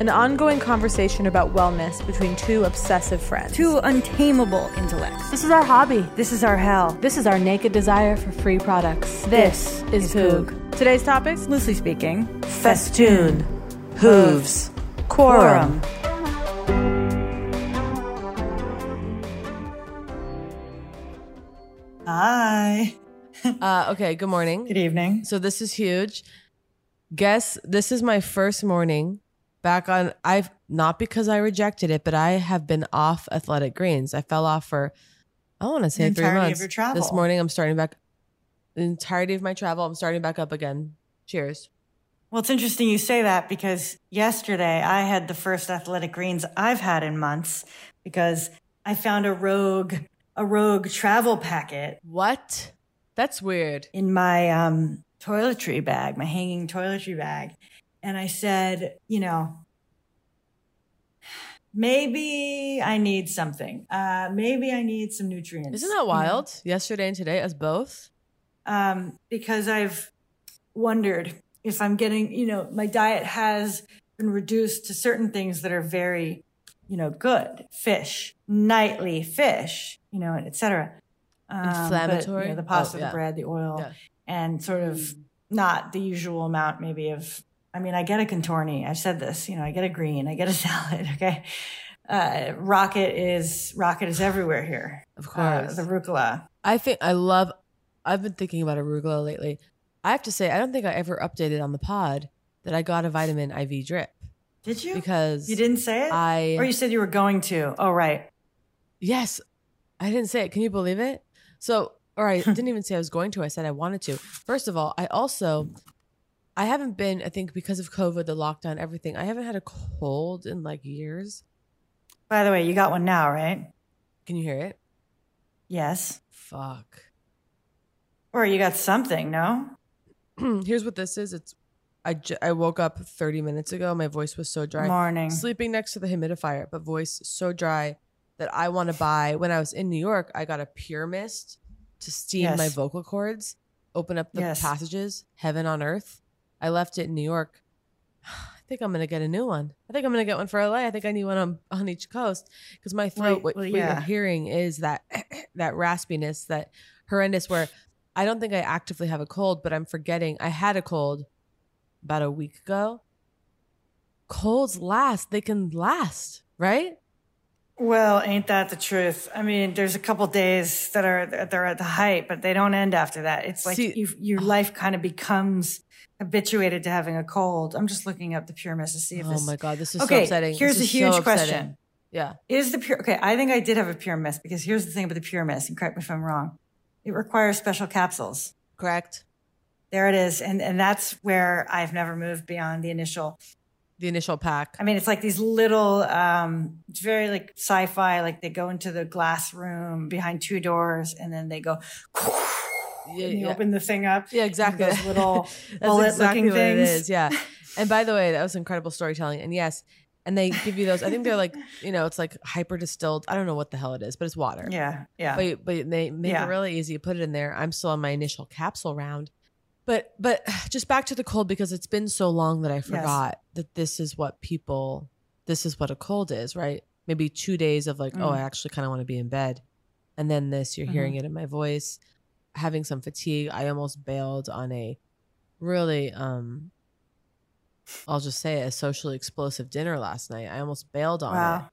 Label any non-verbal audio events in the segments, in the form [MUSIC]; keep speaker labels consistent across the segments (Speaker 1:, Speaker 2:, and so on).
Speaker 1: an ongoing conversation about wellness between two obsessive friends.
Speaker 2: Two untamable intellects.
Speaker 1: This is our hobby.
Speaker 2: This is our hell.
Speaker 1: This is our naked desire for free products.
Speaker 2: This, this is, is Poog. Poog.
Speaker 1: Today's topics,
Speaker 2: loosely speaking,
Speaker 3: festoon,
Speaker 4: Uh,
Speaker 3: hooves, quorum.
Speaker 5: Hi.
Speaker 6: uh, okay, good morning.
Speaker 5: Good evening.
Speaker 6: So this is huge guess this is my first morning back on i've not because i rejected it but i have been off athletic greens i fell off for i want to say
Speaker 5: the
Speaker 6: three months
Speaker 5: this
Speaker 6: morning i'm starting back the entirety of my travel i'm starting back up again cheers
Speaker 5: well it's interesting you say that because yesterday i had the first athletic greens i've had in months because i found a rogue a rogue travel packet
Speaker 6: what that's weird
Speaker 5: in my um toiletry bag, my hanging toiletry bag. And I said, you know, maybe I need something. Uh, maybe I need some nutrients.
Speaker 6: Isn't that wild? Mm-hmm. Yesterday and today, as both?
Speaker 5: Um, because I've wondered if I'm getting, you know, my diet has been reduced to certain things that are very, you know, good fish, nightly fish, you know, et cetera.
Speaker 6: Um,
Speaker 5: But,
Speaker 6: Inflammatory.
Speaker 5: you know, the pasta,
Speaker 6: oh, yeah. Mm.
Speaker 5: the bread, the oil. Yeah and sort of not the usual amount maybe of i mean i get a contorni i've said this you know i get a green i get a [LAUGHS] salad okay uh, rocket is rocket is everywhere here
Speaker 6: of course
Speaker 5: uh, the rucola
Speaker 6: i think i love i've been thinking about arugula lately i have to say i don't think i ever updated on the pod that i got a vitamin iv drip
Speaker 5: did you
Speaker 6: because
Speaker 5: you didn't say it
Speaker 6: i
Speaker 5: or you said you were going to oh right
Speaker 6: yes i didn't say it can you believe it so or I didn't even say I was going to. I said I wanted to. First of all, I also I haven't been, I think because of COVID, the lockdown, everything. I haven't had a cold in like years.
Speaker 5: By the way, you got one now, right?
Speaker 6: Can you hear it?
Speaker 5: Yes.
Speaker 6: Fuck.
Speaker 5: Or you got something, no?
Speaker 6: [CLEARS THROAT] Here's what this is. It's I, j- I woke up 30 minutes ago. My voice was so dry.
Speaker 5: Morning.
Speaker 6: Sleeping next to the humidifier, but voice so dry that I want to buy. When I was in New York, I got a Pure Mist to steam yes. my vocal cords, open up the yes. passages, heaven on earth. I left it in New York. I think I'm gonna get a new one. I think I'm gonna get one for LA. I think I need one on, on each coast because my throat.
Speaker 2: Right,
Speaker 6: What,
Speaker 2: well,
Speaker 6: what you're
Speaker 2: yeah.
Speaker 6: hearing is that [CLEARS THROAT] that raspiness, that horrendous. Where I don't think I actively have a cold, but I'm forgetting I had a cold about a week ago. Colds last; they can last, right?
Speaker 5: Well, ain't that the truth? I mean, there's a couple days that are they're at the height, but they don't end after that. It's like
Speaker 6: See- oh.
Speaker 5: you, your life kind of becomes habituated to having a cold. I'm just looking up the pyramids to see if
Speaker 6: Oh
Speaker 5: this.
Speaker 6: my God, this is so
Speaker 5: okay,
Speaker 6: upsetting.
Speaker 5: Here's
Speaker 6: This
Speaker 5: a
Speaker 6: is so
Speaker 5: huge question:
Speaker 6: upsetting. Yeah.
Speaker 5: Is the pure okay? I think I did have a pure mist because here's the thing about the pure mist, and correct me if I'm wrong. It requires special capsules.
Speaker 6: Correct.
Speaker 5: There it is, and and that's where I've never moved beyond the initial
Speaker 6: The initial pack.
Speaker 5: I mean, it's like these little, um, it's very like sci fi, like they go into the glass room behind two doors and then they go, [LAUGHS]
Speaker 6: Yeah,
Speaker 5: and you
Speaker 6: yeah.
Speaker 5: open the thing up.
Speaker 6: Yeah, exactly.
Speaker 5: Those little
Speaker 6: [LAUGHS] That's
Speaker 5: bullet looking
Speaker 6: what it
Speaker 5: things.
Speaker 6: is. Yeah. And by the way, that was incredible storytelling. And yes, and they give you those. I think they're like, you know, it's like hyper distilled. I don't know what the hell it is, but it's water.
Speaker 5: Yeah, yeah.
Speaker 6: But but they make
Speaker 5: Yeah.
Speaker 6: it really easy. You put it in there. I'm still on my initial capsule round. But but [SIGHS] just back to the cold because it's been so long that I forgot that this is what people this is what a cold is, right? Maybe two days of like, oh,
Speaker 7: Mm.
Speaker 6: I actually kind of want to be in bed. And then this, you're hearing
Speaker 7: Mhm.
Speaker 6: it in my voice, having some fatigue. I almost bailed on a really um I'll just say it, a socially explosive dinner last night. I almost bailed on
Speaker 5: Wow.
Speaker 6: it.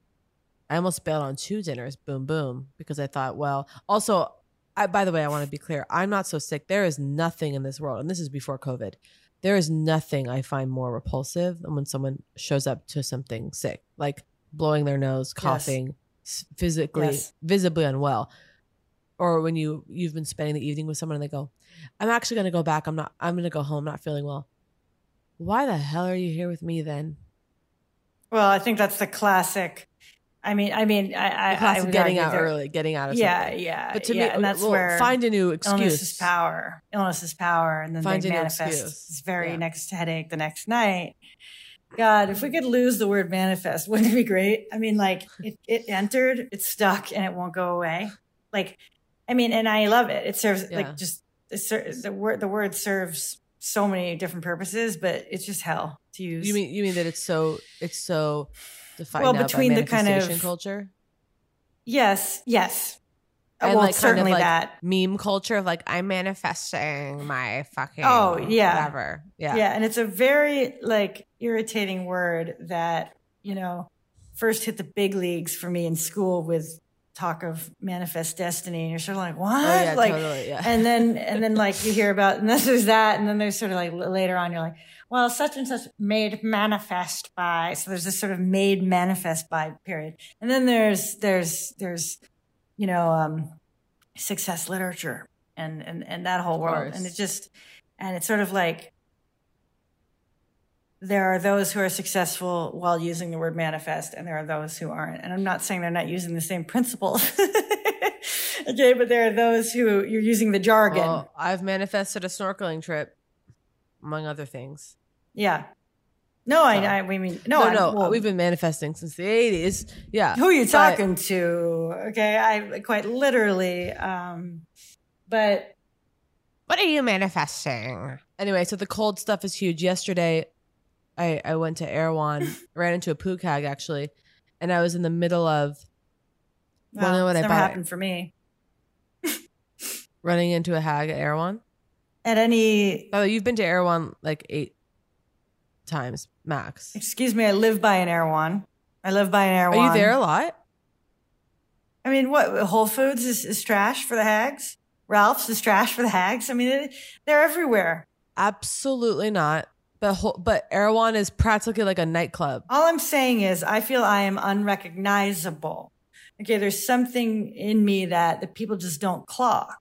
Speaker 6: I almost bailed on two dinners, boom boom, because I thought, well, also I, by the way, I want to be clear. I'm not so sick. There is nothing in this world, and this is before COVID. There is nothing I find more repulsive than when someone shows up to something sick, like blowing their nose, coughing, s physically,
Speaker 2: Yes.
Speaker 6: visibly unwell, or when you you've been spending the evening with someone and they go, "I'm actually going to go back. I'm not. I'm going to go home. I'm not feeling well." Why the hell are you here with me then?
Speaker 5: Well, I think that's the classic. I mean, I mean, I, I,
Speaker 6: The classic
Speaker 5: I would
Speaker 6: getting
Speaker 5: argue
Speaker 6: out
Speaker 5: there-
Speaker 6: early, getting out of
Speaker 5: yeah,
Speaker 6: something.
Speaker 5: yeah.
Speaker 6: But to
Speaker 5: yeah,
Speaker 6: me,
Speaker 5: and that's
Speaker 6: well,
Speaker 5: where
Speaker 6: find a new
Speaker 5: Illness is
Speaker 6: excuse.
Speaker 5: power. Illness is power, and then
Speaker 6: Find
Speaker 5: they
Speaker 6: a new
Speaker 5: manifest.
Speaker 6: excuse.
Speaker 5: This very next headache the next night. God, if we could lose the word manifest, [LAUGHS] wouldn't it be great? I mean, like it, it entered, it's stuck, and it won't go away. Like, I mean, and I love it. It serves
Speaker 6: Yeah.
Speaker 5: like just it ser- the word. The word serves so many different purposes, but it's just hell to use.
Speaker 6: You mean you mean that it's so it's so defined
Speaker 5: Well,
Speaker 6: now by
Speaker 5: between the kind of-
Speaker 6: manifestation culture
Speaker 5: Yes, yes. Uh,
Speaker 6: and
Speaker 5: well,
Speaker 6: like
Speaker 5: certainly
Speaker 6: kind of
Speaker 5: that.
Speaker 6: like meme culture of like I'm manifesting my fucking
Speaker 5: Oh yeah,
Speaker 6: whatever yeah
Speaker 5: yeah, and it's a very like irritating word that you know first hit the big leagues for me in school with talk of manifest destiny, and you're sort of
Speaker 4: Oh,
Speaker 5: like what,
Speaker 6: Oh, yeah,
Speaker 5: like,
Speaker 6: totally, yeah.
Speaker 5: and then and then like you hear about and then there's that, and then there's sort of like l- later on you're like, well, such and such made manifest by, so there's this sort of made manifest by period, and then there's there's there's you know um success literature and and and that whole
Speaker 6: Of
Speaker 5: world
Speaker 6: course.
Speaker 5: and it just and it's sort of like there are those who are successful while using the word manifest and there are those who aren't and i'm not saying they're not using the same principles [LAUGHS] okay but there are those who you're using the jargon
Speaker 6: Well, I've manifested a snorkeling trip among other things
Speaker 5: yeah no
Speaker 6: So-
Speaker 5: i i we mean no
Speaker 6: no,
Speaker 5: I'm- well,
Speaker 6: we've been manifesting since the 80s yeah
Speaker 5: who are you
Speaker 6: but-
Speaker 5: talking to okay i quite literally um but
Speaker 6: What are you manifesting? Anyway, so the cold stuff is huge. Yesterday, I, I went
Speaker 5: [LAUGHS]
Speaker 6: to Erewhon, ran into a poo cag actually, and I was in the middle of
Speaker 5: well,
Speaker 6: wanna know what
Speaker 5: it's
Speaker 6: I
Speaker 5: never
Speaker 6: bought?
Speaker 5: happened for me
Speaker 6: running into a hag at Erewhon.
Speaker 5: At any.
Speaker 6: Oh, you've been to Erewhon like eight times max.
Speaker 5: Excuse me, I [LAUGHS] live by an Erewhon. I live by an
Speaker 6: Are
Speaker 5: Erewhon.
Speaker 6: you there a lot?
Speaker 5: I mean, what Whole Foods is, is trash for the hags. Ralph's is trash for the hags. I mean, it, they're everywhere.
Speaker 6: Absolutely not. But whole, but Erewhon is practically like a nightclub.
Speaker 5: All I'm saying is, I feel I am unrecognizable. Okay, there's something in me that the people just don't clock.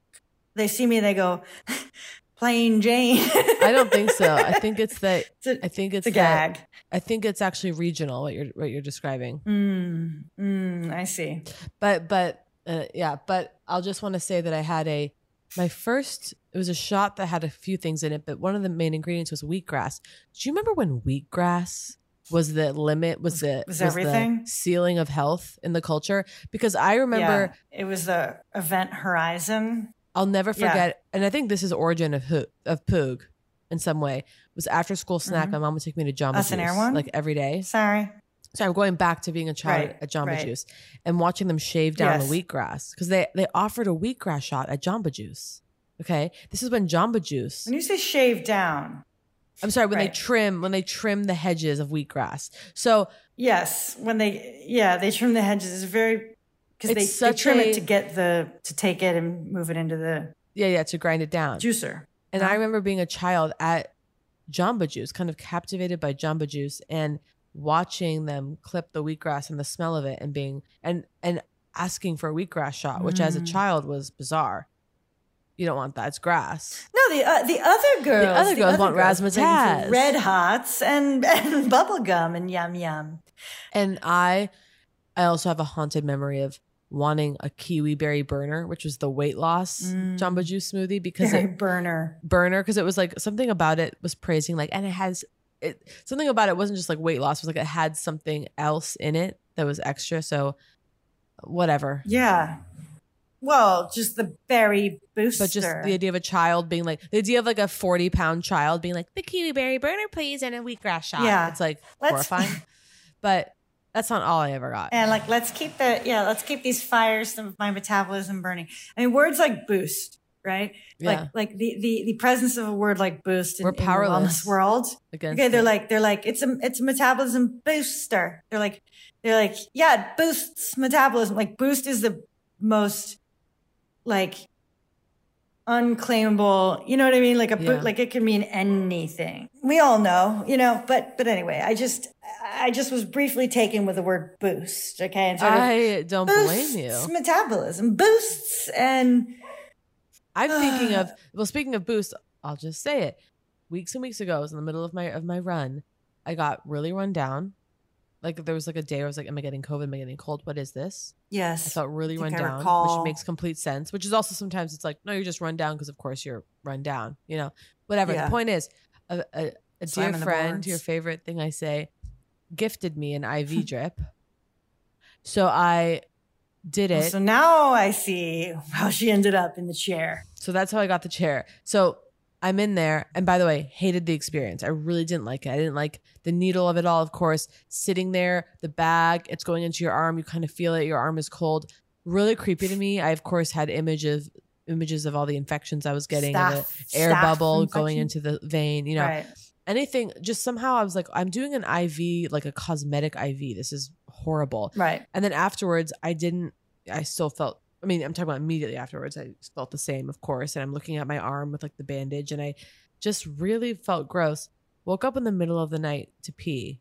Speaker 5: They see me, they go, [LAUGHS] "Plain Jane." [LAUGHS]
Speaker 6: I don't think so. I think it's that. I think it's,
Speaker 5: a
Speaker 6: that-
Speaker 5: gag.
Speaker 6: I think it's actually regional. What you're what you're describing.
Speaker 5: mm, mm, I see.
Speaker 6: but but uh, yeah but i'll just want to say that i had a my first it was a shot that had a few things in it but one of the main ingredients was wheatgrass do you remember when wheatgrass was the limit was the
Speaker 5: was
Speaker 6: the
Speaker 5: everything?
Speaker 6: ceiling of health in the culture because i remember
Speaker 5: Yeah, it was the event horizon.
Speaker 6: i'll never
Speaker 5: Yeah.
Speaker 6: forget and i think this is origin of who of poog in some way was after school snack.
Speaker 5: Mhm.
Speaker 6: My mom would take me to Jamba
Speaker 5: That's
Speaker 6: Juice
Speaker 5: an air one?
Speaker 6: like every day.
Speaker 5: Sorry.
Speaker 6: So I'm going back to being a child
Speaker 5: Right,
Speaker 6: at Jamba
Speaker 5: right.
Speaker 6: Juice and watching them shave down the
Speaker 5: Yes.
Speaker 6: wheatgrass because they they offered a wheatgrass shot at Jamba Juice. Okay, this is when Jamba Juice.
Speaker 5: When you say shave down,
Speaker 6: I'm sorry, when they
Speaker 5: Right.
Speaker 6: trim when they trim the hedges of wheatgrass. So
Speaker 5: yes, when they yeah they trim the hedges is very because
Speaker 6: It's
Speaker 5: they, they
Speaker 6: such
Speaker 5: trim
Speaker 6: a-
Speaker 5: it to get the to take it and move it into the
Speaker 6: yeah yeah to grind it down
Speaker 5: juicer. Uh-huh.
Speaker 6: And I remember being a child at Jamba Juice, kind of captivated by Jamba Juice and watching them clip the wheatgrass and the smell of it and being and and asking for a wheatgrass shot, which as a
Speaker 5: Mm.
Speaker 6: child was bizarre. You don't want that; it's grass.
Speaker 5: No, the uh, the other girls,
Speaker 6: other girls want
Speaker 5: were
Speaker 6: razzmatazz.
Speaker 5: ready for red hots, and [LAUGHS] and bubble gum and yum yum.
Speaker 6: And I I also have a haunted memory of wanting a kiwi berry burner, which was the weight loss Jamba Juice smoothie because
Speaker 5: Mm. Berry
Speaker 6: it
Speaker 5: burner.
Speaker 6: burner because it was like something about it was praising like and it has it something about it wasn't just like weight loss it was like it had something else in it that was extra so whatever
Speaker 5: Yeah. Well, just the berry booster.
Speaker 6: but just the idea of a child being like the idea of like a 40 pound child being like the kiwi berry burner please and a wheatgrass shot
Speaker 5: Yeah.
Speaker 6: it's like
Speaker 5: Let's- [LAUGHS]
Speaker 6: horrifying but that's not all i ever got
Speaker 5: and like let's keep the yeah let's keep these fires of my metabolism burning i mean words like boost right
Speaker 6: Yeah.
Speaker 5: like like the, the the presence of a word like boost in,
Speaker 6: We're
Speaker 5: in the wellness
Speaker 6: powerless
Speaker 5: world
Speaker 6: against
Speaker 5: okay they're
Speaker 6: it.
Speaker 5: like they're like it's a it's a metabolism booster they're like they're like yeah it boosts metabolism like boost is the most like unclaimable you know what i mean like a
Speaker 6: Yeah.
Speaker 5: boot like it can mean anything we all know you know but but anyway i just [LAUGHS] i just was briefly taken with the word boost okay and sort of
Speaker 6: i don't blame you
Speaker 5: boosts metabolism boosts and [SIGHS]
Speaker 6: I'm thinking of well, speaking of boost, I'll just say it. Weeks and weeks ago, I was in the middle of my of my run. I got really run down. Like there was like a day where I was like, "Am I getting COVID? Am I getting cold? What is this?"
Speaker 5: Yes.
Speaker 6: I felt really
Speaker 5: I
Speaker 6: run
Speaker 5: think I
Speaker 6: down,
Speaker 5: recall.
Speaker 6: which makes complete sense. Which is also sometimes it's like, no, you're just run down because of course you're run down. You know, whatever.
Speaker 5: Yeah.
Speaker 6: The point is, a, a, a dear
Speaker 5: Slamming the
Speaker 6: friend,
Speaker 5: boards.
Speaker 6: your favorite thing I say, gifted me
Speaker 5: [LAUGHS]
Speaker 6: an IV drip. So I did it.
Speaker 5: so now i see how she ended up in the chair
Speaker 6: So that's how I got the chair. So I'm in there. And by the way, hated the experience. I really didn't like it. I didn't like the needle of it all, of course. Sitting there, the bag, it's going into your arm. You kind of feel it. Your arm is cold. Really creepy to me. I, of course, had images images of all the infections I was getting, of
Speaker 5: Staph-
Speaker 6: the air
Speaker 5: staph
Speaker 6: bubble going into
Speaker 5: infection?
Speaker 6: the vein, you know.
Speaker 5: Right.
Speaker 6: Anything, just somehow I was like, I'm doing an IV, like a cosmetic IV. This is horrible.
Speaker 5: Right.
Speaker 6: And then afterwards, I didn't, I still felt, I mean, I'm talking about immediately afterwards, I felt the same, of course. And I'm looking at my arm with like the bandage and I just really felt gross. Woke up in the middle of the night to pee,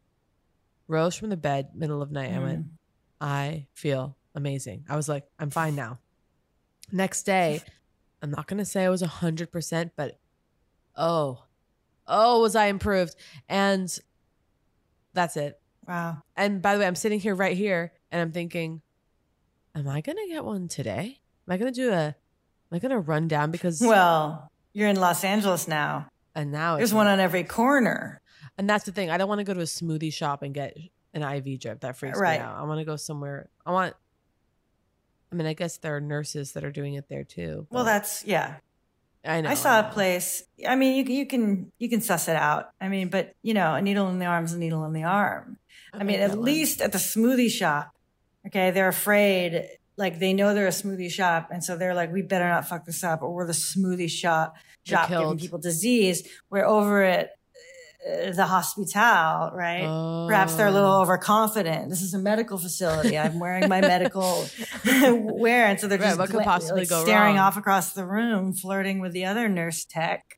Speaker 6: rose from the bed, middle of night. I went, I feel amazing. I was like, I'm fine now. Next day, I'm not going to say I was 100%, but oh, oh, was I improved. And that's it.
Speaker 5: Wow.
Speaker 6: And by the way, I'm sitting here right here and I'm thinking, am I going to get one today? Am I going to do a, am I going to run down because.
Speaker 5: well you're in los angeles now
Speaker 6: and now
Speaker 5: there's
Speaker 6: it's-
Speaker 5: one on every corner
Speaker 6: And that's the thing. I don't want to go to a smoothie shop and get an IV drip. That freaks
Speaker 5: Right.
Speaker 6: me out. I want to go somewhere. I want. I mean, I guess there are nurses that are doing it there too.
Speaker 5: well
Speaker 6: but-
Speaker 5: that's yeah
Speaker 6: I know.
Speaker 5: I saw a place. I mean, you, you can you can suss it out. I mean, but you know, a needle in the arm's a needle in the arm. I mean,
Speaker 6: like
Speaker 5: at
Speaker 6: that one.
Speaker 5: least at the smoothie shop, okay, they're afraid. Like they know they're a smoothie shop, and so they're like, "We better not fuck this up, or we're the smoothie shop
Speaker 6: You're
Speaker 5: shop giving
Speaker 6: killed.
Speaker 5: people disease." We're over at uh, the hospital, right? Perhaps they're a little
Speaker 6: Oh.
Speaker 5: overconfident. This is a medical facility. I'm wearing my
Speaker 6: [LAUGHS]
Speaker 5: medical wear, and so they're
Speaker 6: Right,
Speaker 5: just
Speaker 6: what could
Speaker 5: gla-
Speaker 6: possibly
Speaker 5: like,
Speaker 6: go
Speaker 5: staring
Speaker 6: wrong?
Speaker 5: off across the room, flirting with the other nurse tech,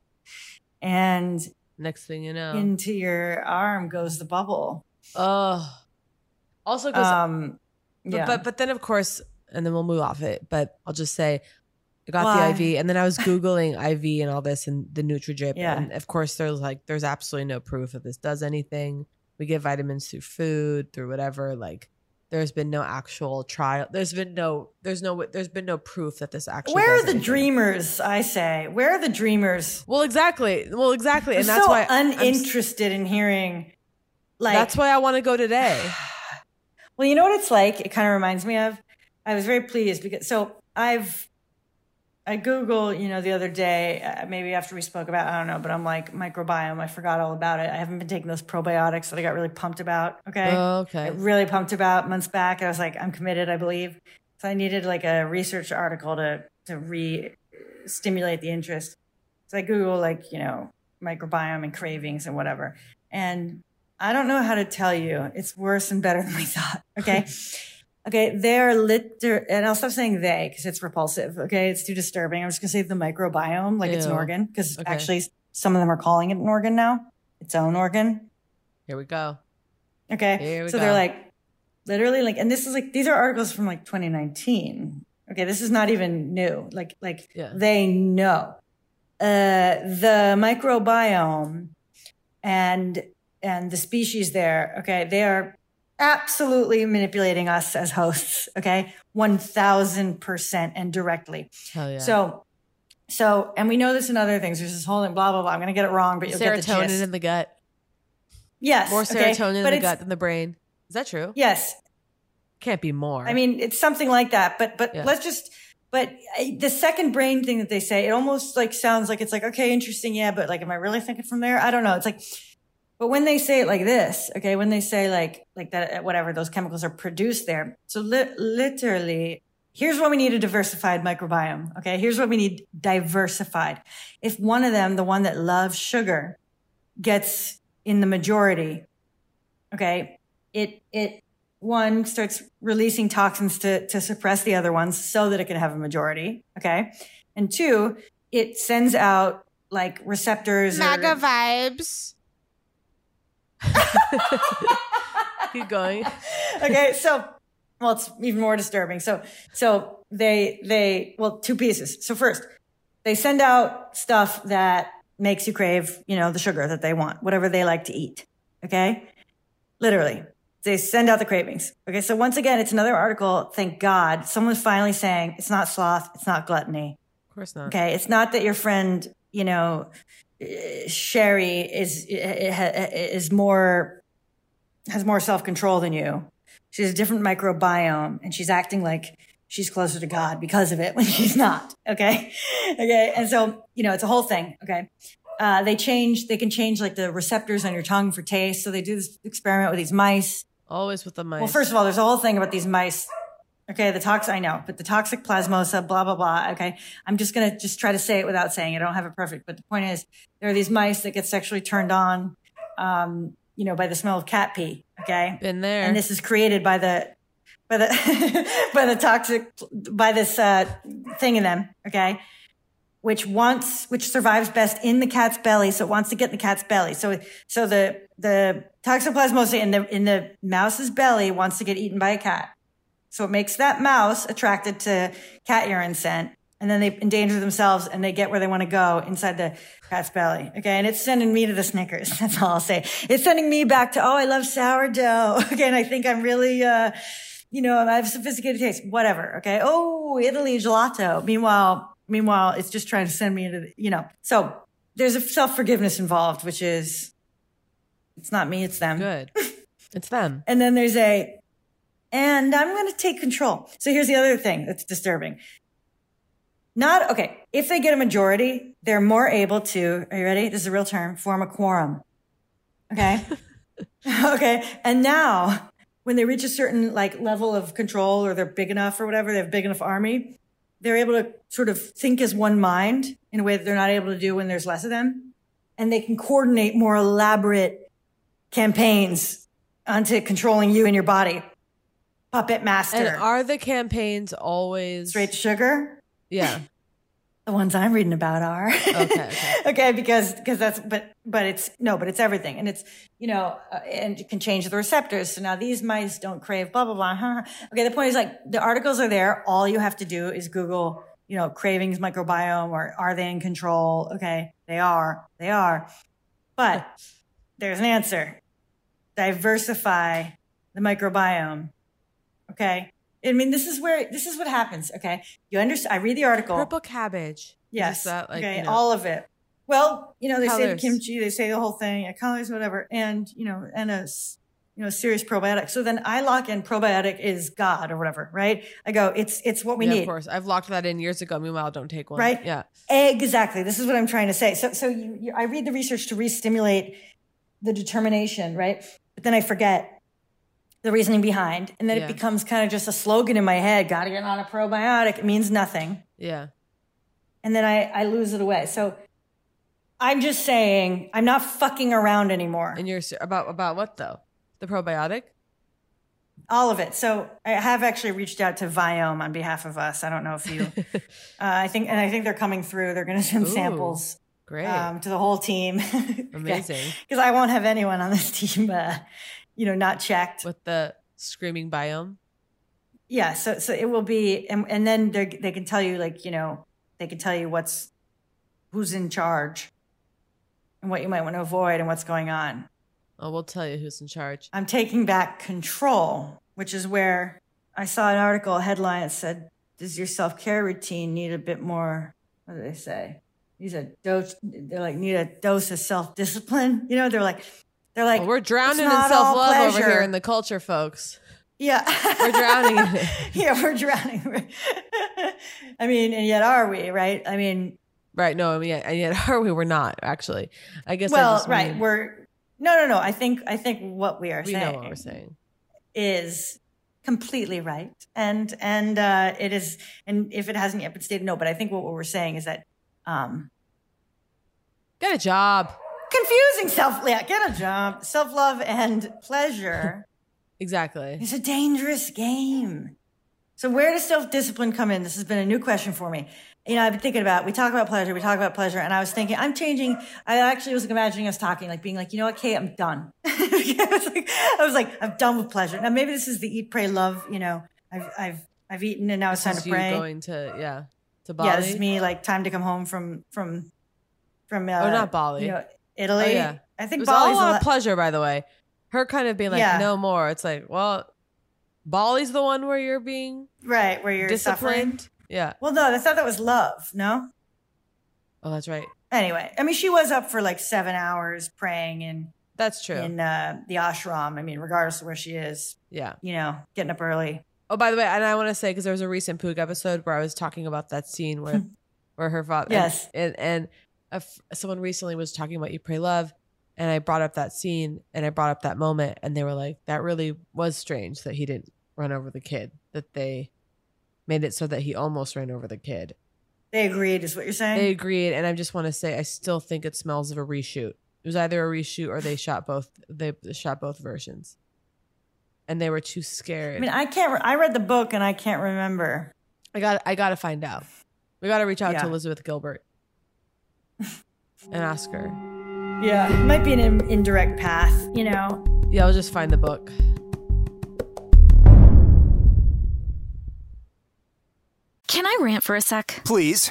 Speaker 5: and
Speaker 6: Next thing you know.
Speaker 5: into your arm goes the bubble.
Speaker 6: Oh, also goes.
Speaker 5: Um,
Speaker 6: but,
Speaker 5: yeah.
Speaker 6: but but then of course, and then we'll move off it. But I'll just say, I got
Speaker 5: Why?
Speaker 6: the IV, and then I was googling [LAUGHS] IV and all this and the NutriDrip,
Speaker 5: Yeah.
Speaker 6: and of course there's like there's absolutely no proof that this does anything. We get vitamins through food, through whatever. Like there's been no actual trial. There's been no there's no there's been no proof that this actually.
Speaker 5: Where
Speaker 6: does
Speaker 5: are the
Speaker 6: anything.
Speaker 5: dreamers? I say, where are the dreamers?
Speaker 6: Well, exactly. Well, exactly,
Speaker 5: I'm
Speaker 6: and that's
Speaker 5: so
Speaker 6: why I'm s-
Speaker 5: uninterested in hearing. Like
Speaker 6: that's why I want to go today.
Speaker 5: [SIGHS] Well, you know what it's like? It kind of reminds me of. I was very pleased because so I've I Google, you know, the other day, uh, maybe after we spoke about, I don't know, but I'm like microbiome. I forgot all about it. I haven't been taking those probiotics that I got really pumped about. Okay,
Speaker 6: Oh, okay.
Speaker 5: I really pumped about months back. I was like, I'm committed. I believe. So I needed like a research article to to re stimulate the interest. So I Google like you know microbiome and cravings and whatever. And I don't know how to tell you. It's worse and better [LAUGHS] than we thought.
Speaker 6: [LAUGHS]
Speaker 5: Okay. Okay, they're liter, and I'll stop saying they because it's repulsive. Okay, it's too disturbing. I'm just gonna say the microbiome, like it's an
Speaker 6: Ew.
Speaker 5: organ, because
Speaker 6: Okay.
Speaker 5: actually some of them are calling it an organ now, its own organ.
Speaker 6: Here we go.
Speaker 5: Okay,
Speaker 6: Here we
Speaker 5: so
Speaker 6: go.
Speaker 5: they're like literally like, and this is like these are articles from like 2019. Okay, this is not even new. Like like they know uh, the microbiome and and the species there. Okay, they are absolutely manipulating us as hosts. Okay, one thousand percent and directly.
Speaker 6: Hell yeah.
Speaker 5: So. So, and we know this in other things. There's this whole thing, blah, blah, blah. I'm going to get it wrong, but you'll get the
Speaker 6: serotonin
Speaker 5: gist.
Speaker 6: in the gut.
Speaker 5: Yes.
Speaker 6: More
Speaker 5: okay,
Speaker 6: serotonin in
Speaker 5: but
Speaker 6: the
Speaker 5: it's-
Speaker 6: gut than the brain. Is that true?
Speaker 5: Yes.
Speaker 6: Can't be more.
Speaker 5: I mean, it's something like that. But but
Speaker 6: Yeah.
Speaker 5: let's just. But I, the second brain thing that they say, it almost like sounds like it's like okay, interesting, yeah, but like, am I really thinking from there? I don't know. It's like, but when they say it like this, okay, when they say like like that, uh, whatever those chemicals are produced there. So li- literally, here's what we need a diversified microbiome. Okay, here's what we need diversified. If one of them, the one that loves sugar, gets in the majority, okay, it it one starts releasing toxins to, to suppress the other ones so that it can have a majority. Okay. And two, it sends out like receptors.
Speaker 4: MAGA
Speaker 5: vibes.
Speaker 6: Keep going.
Speaker 5: [LAUGHS] okay. So, well, it's even more disturbing. So, so they, they, well, two pieces. So first, they send out stuff that makes you crave, you know, the sugar that they want, whatever they like to eat. Okay. Literally. They send out the cravings. Okay. So once again, it's another article. Thank God. Someone's finally saying it's not sloth. It's not gluttony.
Speaker 6: of course not.
Speaker 5: Okay. It's not that your friend, you know, eh, Sherry is, eh, eh, eh, is more, has more self control than you. She has a different microbiome and she's acting like she's closer to God because of it when she's not. Okay. Okay. And so, you know, it's a whole thing. Okay. Uh, they change, they can change like the receptors on your tongue for taste. So they do this experiment with these mice.
Speaker 6: Always with the mice.
Speaker 5: Well, first of all, there's a whole thing about these mice. Okay, the toxic, I know, but the toxic plasmosa, blah, blah, blah. Okay. I'm just going to just try to say it without saying it. I don't have it perfect. But the point is, there are these mice that get sexually turned on, um, you know, by the smell of cat pee. Okay.
Speaker 6: Been there.
Speaker 5: And this is created by the, by the, [LAUGHS] by the toxic, by this uh, thing in them. Okay which wants which survives best in the cat's belly so it wants to get in the cat's belly so so the the toxoplasmosis in the in the mouse's belly wants to get eaten by a cat so it makes that mouse attracted to cat urine scent and then they endanger themselves and they get where they want to go inside the cat's belly okay and it's sending me to the snickers [LAUGHS] that's all i'll say it's sending me back to oh i love sourdough [LAUGHS] okay and i think i'm really uh you know, I have sophisticated taste, whatever. Okay. Oh, Italy gelato. Meanwhile, meanwhile, it's just trying to send me into, the, you know, so there's a self forgiveness involved, which is, it's not me, it's them. [LAUGHS]
Speaker 6: Good. It's them.
Speaker 5: and then there's a, and I'm going to take control. So here's the other thing that's disturbing. Not, okay. If they get a majority, they're more able to, are you ready? This is a real term, form a quorum. Okay. [LAUGHS] okay. And now when they reach a certain like level of control or they're big enough or whatever, they have a big enough army, they're able to sort of think as one mind in a way that they're not able to do when there's less of them. And they can coordinate more elaborate campaigns onto controlling you and your body. Puppet master.
Speaker 6: And are the campaigns always
Speaker 5: straight sugar?
Speaker 6: Yeah.
Speaker 5: The ones I'm reading about are [LAUGHS] okay, okay. because because that's but but it's no, but it's everything, and it's you know, uh, and you can change the receptors. So now these mice don't crave blah blah blah. huh, huh. Okay, the point is like the articles are there. All you have to do is Google, you know, cravings microbiome or are they in control? Okay, they are, they are, but there's an answer. Diversify the microbiome. Okay. I mean, this is where this is what happens. Okay, you understand? I read the article.
Speaker 6: Purple cabbage.
Speaker 5: Yes.
Speaker 6: that, like,
Speaker 5: okay.
Speaker 6: you know-
Speaker 5: All of it. Well, you know, they say the
Speaker 6: Colors.
Speaker 5: kimchi, they say the whole thing, yeah, colors, whatever, and you know, and a s- you know, serious probiotic. So then I lock in probiotic is God or whatever, right? I go, it's it's what we
Speaker 6: yeah,
Speaker 5: need.
Speaker 6: Of course, I've locked that in years ago. Meanwhile, don't take one.
Speaker 5: Right?
Speaker 6: Yeah.
Speaker 5: Exactly. This is what I'm trying to say. So, so you, you, I read the research to re-stimulate the determination, right? But then I forget the reasoning behind, and then
Speaker 6: Yeah.
Speaker 5: it becomes kind of just a slogan in my head. Got to get on a probiotic. It means nothing,
Speaker 6: Yeah.
Speaker 5: and then I I lose it away. So I'm just saying, I'm not fucking around anymore.
Speaker 6: And you're ser- about about what though? The probiotic?
Speaker 5: All of it. So I have actually reached out to Viome on behalf of us. I don't know if you,
Speaker 6: [LAUGHS]
Speaker 5: uh, I think, and I think they're coming through. They're going to send
Speaker 6: Ooh,
Speaker 5: samples.
Speaker 6: great.
Speaker 5: Um, to the whole team. [LAUGHS]
Speaker 6: Amazing.
Speaker 5: Because I won't have anyone on this [LAUGHS] team, uh, you know, not checked.
Speaker 6: With the screaming biome?
Speaker 5: Yeah. So, so it will be, and, and then they they can tell you, like, you know, they can tell you what's, who's in charge and what you might want to avoid and what's going on.
Speaker 6: Oh, we'll tell you who's in charge.
Speaker 5: I'm taking back control, which is where I saw an article a headline that said, "Does your self care routine need a bit more?" What do they say? These are dose. They're like need a dose of self discipline. You know, they're like, they're like
Speaker 6: Well, we're
Speaker 5: "It's
Speaker 6: drowning in
Speaker 5: not all
Speaker 6: self love over
Speaker 5: pleasure."
Speaker 6: here in the culture, folks.
Speaker 5: yeah, [LAUGHS]
Speaker 6: We're drowning in it.
Speaker 5: yeah, we're drowning. I mean, and yet are we right? I mean,
Speaker 6: Right. No, I mean, and yet [LAUGHS] are we? We're not, actually. I guess. I
Speaker 5: well,
Speaker 6: just
Speaker 5: right?
Speaker 6: mean-
Speaker 5: We're no, no, no. I think I think what we are
Speaker 6: we
Speaker 5: saying.
Speaker 6: know what we're saying.
Speaker 5: is completely right and and uh it is and if it hasn't yet been stated no but i think what, what we're saying is that um
Speaker 6: get a job
Speaker 5: confusing self yeah get a job self-love and pleasure
Speaker 6: [LAUGHS] exactly
Speaker 5: it's a dangerous game so where does self-discipline come in this has been a new question for me you know i've been thinking about we talk about pleasure we talk about pleasure and i was thinking i'm changing i actually was imagining us talking like being like you know what kate i'm done [LAUGHS] I was like, I'm done with pleasure. Now maybe this is the eat, pray, love. You know, I've I've I've eaten and now it's time
Speaker 6: This
Speaker 5: to
Speaker 6: is you
Speaker 5: pray.
Speaker 6: going to yeah to Bali.
Speaker 5: yeah, this is me like time to come home from from from. Uh,
Speaker 6: oh, not Bali.
Speaker 5: You know, Italy.
Speaker 6: Oh, yeah.
Speaker 5: I
Speaker 6: it
Speaker 5: think
Speaker 6: was all
Speaker 5: Bali's a
Speaker 6: about
Speaker 5: lot-
Speaker 6: pleasure, by the way. Her kind of being like,
Speaker 5: Yeah.
Speaker 6: no more. It's like, well, Bali's the one where you're being
Speaker 5: right where you're
Speaker 6: disciplined.
Speaker 5: Suffering.
Speaker 6: Yeah.
Speaker 5: Well, no, I thought that was love. No.
Speaker 6: Oh, that's right.
Speaker 5: Anyway, I mean, she was up for like seven hours praying in
Speaker 6: That's true.
Speaker 5: in uh, the ashram. I mean, regardless of where she is,
Speaker 6: yeah.
Speaker 5: you know, getting up early.
Speaker 6: Oh, by the way, and I want to say because there was a recent Poog episode where I was talking about that scene where where her father
Speaker 5: Hmm. Yes.
Speaker 6: and and, and a f- someone recently was talking about you pray love, and I brought up that scene and I brought up that moment and they were like that really was strange that he didn't run over the kid that they made it so that he almost ran over the kid.
Speaker 5: They agreed, is what you're saying.
Speaker 6: They agreed, and I just want to say I still think it smells of a reshoot. It was either a reshoot or they shot both. They shot both versions, and they were too scared.
Speaker 5: I mean, I can't. Re- I read the book and I can't remember.
Speaker 6: I got I got to find out. We got to reach out
Speaker 5: Yeah.
Speaker 6: to Elizabeth
Speaker 5: [LAUGHS]
Speaker 6: Gilbert and ask her.
Speaker 5: Yeah, it might be an in- indirect path, you know.
Speaker 6: Yeah, I'll just find the book.
Speaker 8: Can I rant for a sec?
Speaker 9: Please.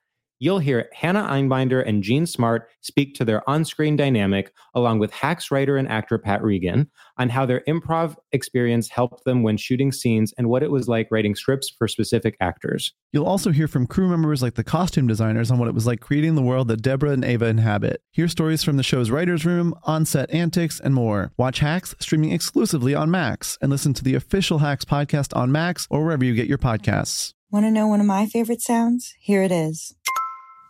Speaker 10: You'll hear Hannah Einbinder and Gene Smart speak to their on screen dynamic, along with Hacks writer and actor Pat Regan, on how their improv experience helped them when shooting scenes and what it was like writing scripts for specific actors.
Speaker 11: You'll also hear from crew members like the costume designers on what it was like creating the world that Deborah and Ava inhabit. Hear stories from the show's writer's room, on-set antics, and more. Watch Hacks streaming exclusively on Max and listen to the official Hacks podcast on Max or wherever you get your podcasts.
Speaker 12: Want to know one of my favorite sounds? Here it is.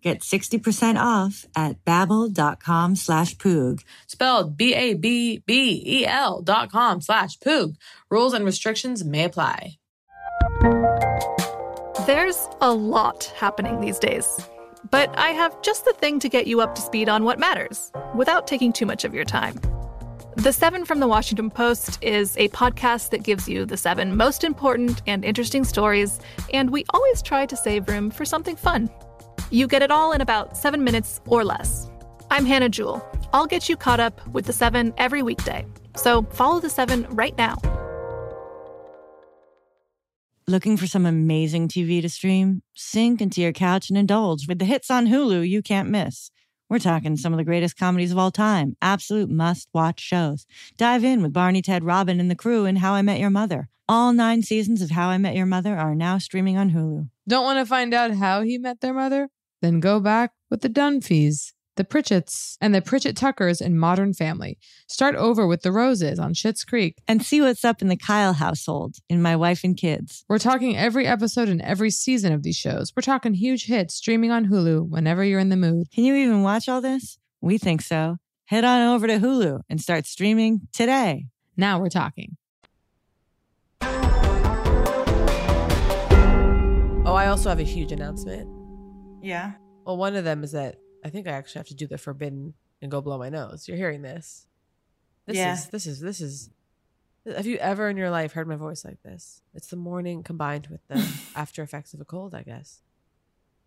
Speaker 3: Get 60% off at babbel.com slash poog.
Speaker 4: Spelled E B-A-B-B-E-L dot com slash poog. Rules and restrictions may apply.
Speaker 13: There's a lot happening these days, but I have just the thing to get you up to speed on what matters without taking too much of your time. The Seven from the Washington Post is a podcast that gives you the seven most important and interesting stories, and we always try to save room for something fun. You get it all in about seven minutes or less. I'm Hannah Jewell. I'll get you caught up with the seven every weekday. So follow the seven right now.
Speaker 12: Looking for some amazing TV to stream? Sink into your couch and indulge with the hits on Hulu you can't miss. We're talking some of the greatest comedies of all time, absolute must watch shows. Dive in with Barney, Ted, Robin, and the crew in How I Met Your Mother. All nine seasons of How I Met Your Mother are now streaming on Hulu.
Speaker 14: Don't want to find out how he met their mother? Then go back with the Dunphys, the Pritchetts, and the Pritchett Tuckers in Modern Family. Start over with the Roses on Schitt's Creek.
Speaker 12: And see what's up in the Kyle household in My Wife and Kids.
Speaker 14: We're talking every episode and every season of these shows. We're talking huge hits streaming on Hulu whenever you're in the mood.
Speaker 12: Can you even watch all this? We think so. Head on over to Hulu and start streaming today.
Speaker 14: Now we're talking.
Speaker 6: Oh, I also have a huge announcement.
Speaker 5: Yeah.
Speaker 6: Well, one of them is that I think I actually have to do the forbidden and go blow my nose. You're hearing this. This
Speaker 5: Yeah.
Speaker 6: is this is this is have you ever in your life heard my voice like this? It's the morning combined with
Speaker 5: [LAUGHS]
Speaker 6: the after effects of a cold, I guess.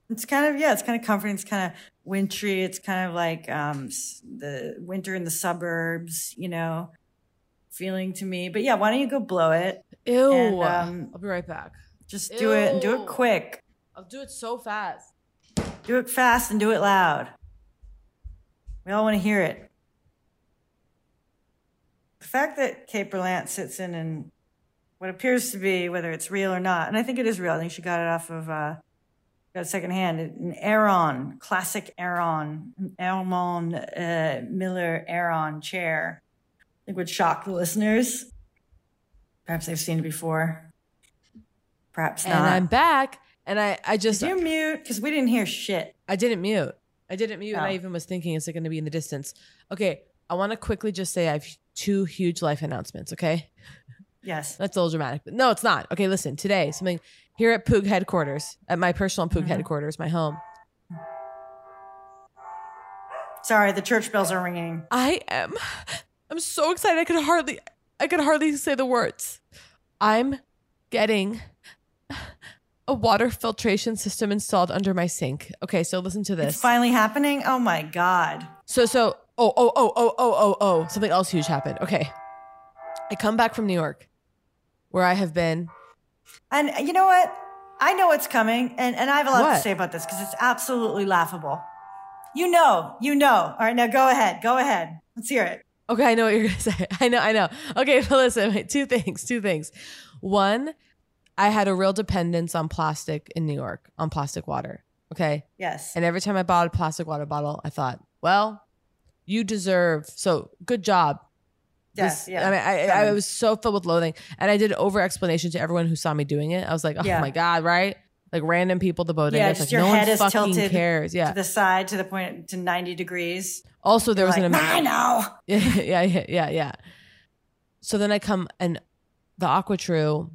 Speaker 5: It's kind of yeah, it's kind of comforting. It's kind of wintry. It's kind of like um, s- the winter in the suburbs, you know, feeling to me. But yeah, why don't you go blow it?
Speaker 6: Ew.
Speaker 5: And, um,
Speaker 6: I'll be right back.
Speaker 5: Just do it and do
Speaker 6: Ew.
Speaker 5: it quick.
Speaker 6: I'll do it so fast.
Speaker 5: Do it fast and do it loud. We all want to hear it. The fact that Kate Berlant sits in and what appears to be, whether it's real or not, and I think it is real. I think she got it off of uh, got it secondhand. An Aeron, classic Aeron, an Elmon uh, Miller Aeron chair. I think would shock the listeners. Perhaps they've seen it before. Perhaps
Speaker 6: And
Speaker 5: not.
Speaker 6: I'm back and I I just
Speaker 5: Did you mute because we didn't hear shit.
Speaker 6: I didn't mute. I didn't mute, and
Speaker 5: Oh.
Speaker 6: I even was thinking, is it going to be in the distance? Okay, I want to quickly just say I have two huge life announcements. Okay,
Speaker 5: Yes.
Speaker 6: that's a little dramatic, but no, it's not. Okay, listen, today something here at Poog headquarters, at my personal Poog
Speaker 5: Mm-hmm.
Speaker 6: headquarters, my home.
Speaker 5: Sorry, the church bells are ringing.
Speaker 6: I am. I'm so excited. I could hardly. I could hardly say the words. I'm getting a water filtration system installed under my sink. Okay, so listen to this.
Speaker 5: It's finally happening. Oh my god.
Speaker 6: So so oh oh oh oh oh oh oh something else huge happened. Okay. I come back from New York where I have been.
Speaker 5: And you know what? I know it's coming, and, and I have a lot to
Speaker 6: What?
Speaker 5: say about this because it's absolutely laughable. You know, you know. All right, now go ahead, go ahead. Let's hear it.
Speaker 6: Okay, I know what you're gonna [LAUGHS] say. I know, I know. Okay, [LAUGHS] but listen, wait, two things, two things. One, I had a real dependence on plastic in New York, on plastic water. Okay.
Speaker 5: Yes.
Speaker 6: And every time I bought a plastic water bottle, I thought, well, you deserve so good job.
Speaker 5: Yeah,
Speaker 6: This-
Speaker 5: yeah.
Speaker 6: I mean, I, I, I
Speaker 5: Seven.
Speaker 6: was so filled with loathing, and I did over explanation to everyone who saw me doing it. I was like, "Oh
Speaker 5: Yeah.
Speaker 6: my god, right?" Like random people, the boat.
Speaker 5: yeah,
Speaker 6: it's
Speaker 5: just
Speaker 6: like,
Speaker 5: your
Speaker 6: no
Speaker 5: head
Speaker 6: one
Speaker 5: is
Speaker 6: fucking
Speaker 5: tilted
Speaker 6: cares. Yeah.
Speaker 5: to the side to the point to 90 degrees.
Speaker 6: Also, there was
Speaker 5: You're
Speaker 6: an.
Speaker 5: like,
Speaker 6: amazing-
Speaker 5: I know.
Speaker 6: [LAUGHS] yeah, yeah, yeah, yeah, yeah. So then I come and the Aqua True,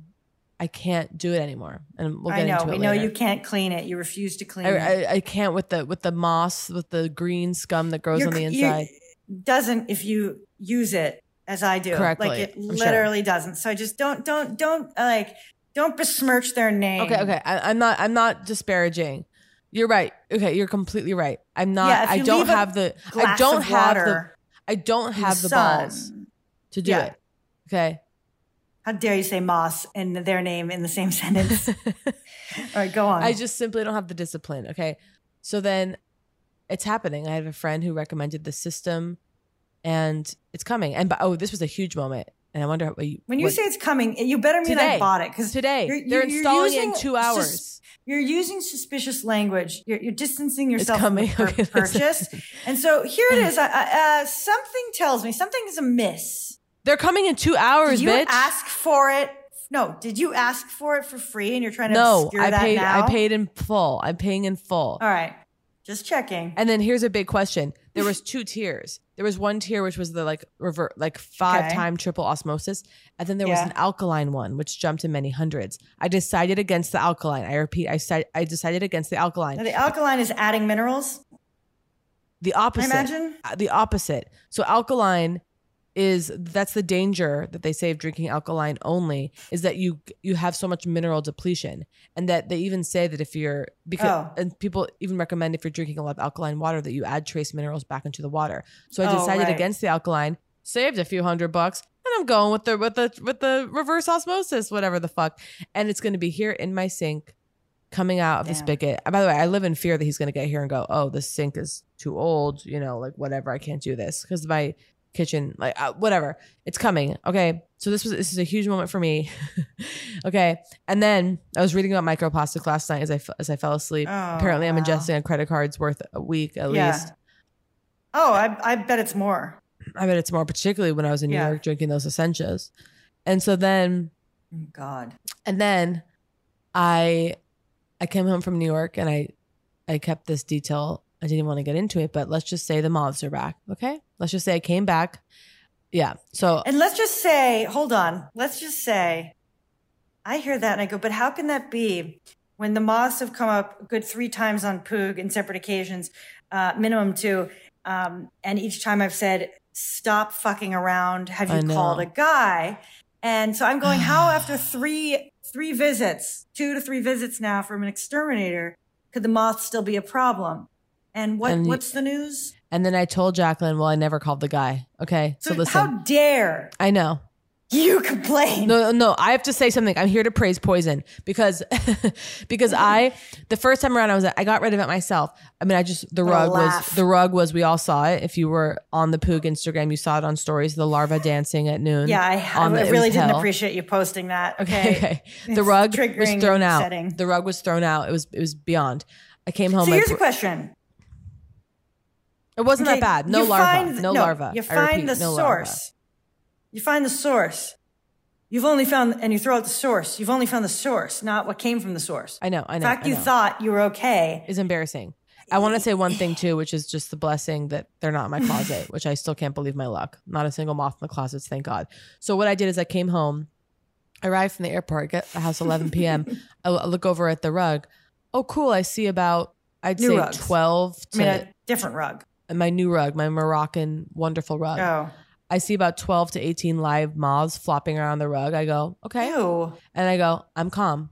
Speaker 6: I can't do it anymore, and we'll get
Speaker 5: I know.
Speaker 6: into it.
Speaker 5: We know
Speaker 6: later.
Speaker 5: you can't clean it. You refuse to clean it.
Speaker 6: I, I, I can't with the with the moss with the green scum that grows
Speaker 5: Your
Speaker 6: on the
Speaker 5: c- you-
Speaker 6: inside.
Speaker 5: doesn't if you use it as I do.
Speaker 6: Correctly,
Speaker 5: Like it
Speaker 6: I'm sure.
Speaker 5: literally doesn't. So just don't, don't, don't uh, like, don't besmirch their name.
Speaker 6: Okay, okay. I, I'm not. I'm not disparaging. You're right. Okay, you're completely right. I'm not.
Speaker 5: Yeah, if
Speaker 6: I
Speaker 5: you
Speaker 6: don't
Speaker 5: leave a
Speaker 6: have the. I
Speaker 5: glass
Speaker 6: don't
Speaker 5: of
Speaker 6: have the.
Speaker 5: water
Speaker 6: I don't
Speaker 5: in the
Speaker 6: have the balls
Speaker 5: sun-
Speaker 6: to do
Speaker 5: Yeah.
Speaker 6: it. Okay.
Speaker 5: How dare you say Moss and their name in the same [LAUGHS] sentence? All right, go on.
Speaker 6: I just simply don't have the discipline. Okay. So then it's happening. I have a friend who recommended the system and it's coming. And but oh, this was a huge moment. And I wonder how you,
Speaker 5: when you
Speaker 6: what-
Speaker 5: say it's coming, you better mean
Speaker 6: Today.
Speaker 5: I bought it because
Speaker 6: Today. They're installing it in two hours.
Speaker 5: you're using suspicious language. You're, you're distancing yourself
Speaker 6: coming. [LAUGHS]
Speaker 5: from the
Speaker 6: Okay,
Speaker 5: pur- purchase. and so here
Speaker 6: [LAUGHS]
Speaker 5: it is. I, I, uh, something tells me something is amiss.
Speaker 6: They're coming in two hours,
Speaker 5: Did you
Speaker 6: bitch.
Speaker 5: ask for it? No. Did you ask for it for free? And you're trying to
Speaker 6: no,
Speaker 5: obscure
Speaker 6: I
Speaker 5: that
Speaker 6: paid
Speaker 5: now?
Speaker 6: I paid in full. I'm paying in full.
Speaker 5: All right. Just checking.
Speaker 6: And then here's a big question. There was two tiers. There was one tier which was the like revert like five
Speaker 5: Okay.
Speaker 6: time triple osmosis. And then there
Speaker 5: Yeah.
Speaker 6: was an alkaline one which jumped in many hundreds. I decided against the alkaline. I repeat, I said I decided against the alkaline.
Speaker 5: Now, the alkaline is adding minerals.
Speaker 6: the opposite.
Speaker 5: imagine?
Speaker 6: Uh, the opposite. So alkaline is that's the danger that they say of drinking alkaline only is that you you have so much mineral depletion and that they even say that if you're because
Speaker 5: Oh.
Speaker 6: and people even recommend if you're drinking a lot of alkaline water that you add trace minerals back into the water. So I
Speaker 5: Oh,
Speaker 6: decided
Speaker 5: right.
Speaker 6: against the alkaline, saved a few hundred bucks, and I'm going with the with the with the reverse osmosis, whatever the fuck. And it's going to be here in my sink, coming out of the
Speaker 5: Damn.
Speaker 6: spigot. By the way, I live in fear that he's going to get here and go, "Oh, this sink is too old," you know, like whatever. I can't do this because my kitchen, like uh, whatever, it's coming. Okay, so this was this is a huge moment for me. [LAUGHS] okay, and then I was reading about microplastic last night as I f- as I fell asleep.
Speaker 5: Oh,
Speaker 6: Apparently, I'm
Speaker 5: wow.
Speaker 6: ingesting a credit card's worth a week at
Speaker 5: Yeah.
Speaker 6: least.
Speaker 5: Oh, I, I bet it's more.
Speaker 6: I bet it's more particularly when I was in New
Speaker 5: Yeah.
Speaker 6: York drinking those essentials. And so then
Speaker 5: Oh, God.
Speaker 6: and then I I came home from New York and I I kept this detail. I didn't want to get into it, but let's just say the moths are back. Okay. Let's just say I came back. Yeah. So
Speaker 5: And let's just say, hold on. Let's just say, I hear that and I go, but how can that be when the moths have come up a good three times on Poog in separate occasions, uh, minimum two, um, and each time I've said, stop fucking around. Have
Speaker 6: I
Speaker 5: you
Speaker 6: know.
Speaker 5: called a guy? And so I'm going,
Speaker 6: [SIGHS]
Speaker 5: how after three three visits, two to three visits now from an exterminator, could the moth still be a problem? And what
Speaker 6: And you-
Speaker 5: what's the news?
Speaker 6: and then I told Jacqueline, well, I never called the guy. Okay. So,
Speaker 5: So
Speaker 6: listen.
Speaker 5: how dare
Speaker 6: I know.
Speaker 5: you complain?
Speaker 6: No, no, no, I have to say something. I'm here to praise poison because [LAUGHS] because I the first time around I was I got rid of it myself. I mean, I just the
Speaker 5: What a
Speaker 6: rug was
Speaker 5: laugh.
Speaker 6: the rug was we all saw it. If you were on the Poog Instagram, you saw it on stories. The larva dancing at noon.
Speaker 5: Yeah, I,
Speaker 6: on
Speaker 5: I
Speaker 6: the- it was
Speaker 5: really didn't
Speaker 6: hell.
Speaker 5: appreciate you posting that.
Speaker 6: Okay,
Speaker 5: Okay,
Speaker 6: okay.
Speaker 5: It's
Speaker 6: [LAUGHS] The rug was
Speaker 5: triggering
Speaker 6: thrown
Speaker 5: and
Speaker 6: out.
Speaker 5: upsetting.
Speaker 6: The rug was thrown out. It was it was beyond. I came home.
Speaker 5: so
Speaker 6: I
Speaker 5: here's
Speaker 6: br-
Speaker 5: a question:
Speaker 6: It wasn't
Speaker 5: Okay,
Speaker 6: that bad. No
Speaker 5: you
Speaker 6: larva.
Speaker 5: find-
Speaker 6: no, larva.
Speaker 5: You
Speaker 6: I
Speaker 5: find
Speaker 6: repeat,
Speaker 5: the source.
Speaker 6: no larva.
Speaker 5: You find the source. You've only found, and you throw out the source. You've only found the source, not what came from the source.
Speaker 6: I know. I
Speaker 5: The
Speaker 6: know.
Speaker 5: fact
Speaker 6: I
Speaker 5: you
Speaker 6: know.
Speaker 5: thought you were okay.
Speaker 6: is embarrassing. I want to say one thing too, which is just the blessing that they're not in
Speaker 5: [LAUGHS]
Speaker 6: my closet, which I still can't believe my luck. Not a single moth in the closets, thank God. So what I did is I came home, arrived from the airport, got the house
Speaker 5: [LAUGHS]
Speaker 6: 11 p.m. I I look over at the rug. Oh, cool! I see about I'd
Speaker 5: New
Speaker 6: say
Speaker 5: rugs.
Speaker 6: 12
Speaker 5: I
Speaker 6: to
Speaker 5: mean, a different rug.
Speaker 6: my new rug, my Moroccan wonderful rug.
Speaker 5: Oh.
Speaker 6: I see about 12 to 18 live moths flopping around the rug. I go, okay. And I go, I'm calm.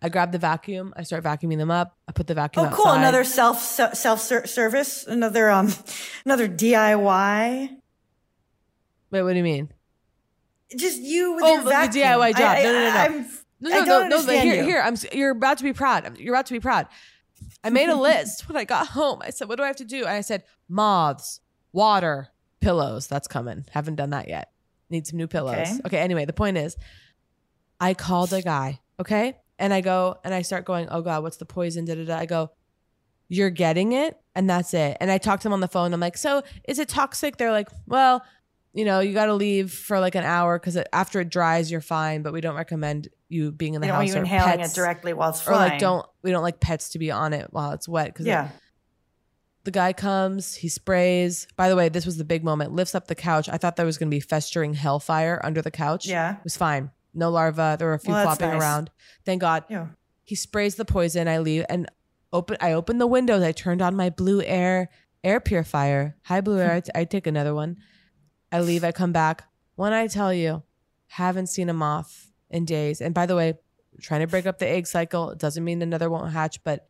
Speaker 6: I grab the vacuum. I start vacuuming them up. I put the vacuum
Speaker 5: Oh, cool!
Speaker 6: outside.
Speaker 5: Another self self ser- service. Another um, [LAUGHS] another DIY.
Speaker 6: Wait, what do you mean?
Speaker 5: Just you with
Speaker 6: Oh,
Speaker 5: your
Speaker 6: the
Speaker 5: vacuum.
Speaker 6: DIY job.
Speaker 5: I, I,
Speaker 6: No, no, no, no.
Speaker 5: I'm,
Speaker 6: No,
Speaker 5: I
Speaker 6: no,
Speaker 5: don't
Speaker 6: no, no. But
Speaker 5: understand
Speaker 6: here,
Speaker 5: you.
Speaker 6: here, I'm. s- You're about to be proud. I'm- You're about to be proud. I made a list when I got home. I said, "What do I have to do?" And I said, "Moths, water, pillows." That's coming. Haven't done that yet. Need some new pillows.
Speaker 5: Okay.
Speaker 6: okay anyway, the point is, I called a guy. Okay, and I go and I start going. Oh God, what's the poison? Da da da. I go. You're getting it, and that's it. And I talked to him on the phone. I'm like, "So is it toxic?" They're like, "Well." you know, you got to leave for like an hour because after it dries, you're fine. But we don't recommend you being in the
Speaker 5: They don't want
Speaker 6: house
Speaker 5: you
Speaker 6: or
Speaker 5: inhaling
Speaker 6: pets,
Speaker 5: it directly while it's
Speaker 6: or like
Speaker 5: flying.
Speaker 6: don't we don't like pets to be on it while it's wet because
Speaker 5: Yeah.
Speaker 6: the guy comes, he sprays. By the way, this was the big moment. Lifts up the couch. I thought there was going to be festering hellfire under the couch.
Speaker 5: Yeah.
Speaker 6: it was fine. No larva. There were a few
Speaker 5: Well, that's
Speaker 6: flopping
Speaker 5: nice.
Speaker 6: around. Thank God.
Speaker 5: Yeah.
Speaker 6: He sprays the poison. I leave and open. I open the windows. I turned on my blue air air purifier. Hi, blue
Speaker 5: [LAUGHS]
Speaker 6: air. I, t- I take another one. I leave. I come back. When I tell you, haven't seen a moth in days. And by the way, trying to break up the egg cycle it doesn't mean another won't hatch. But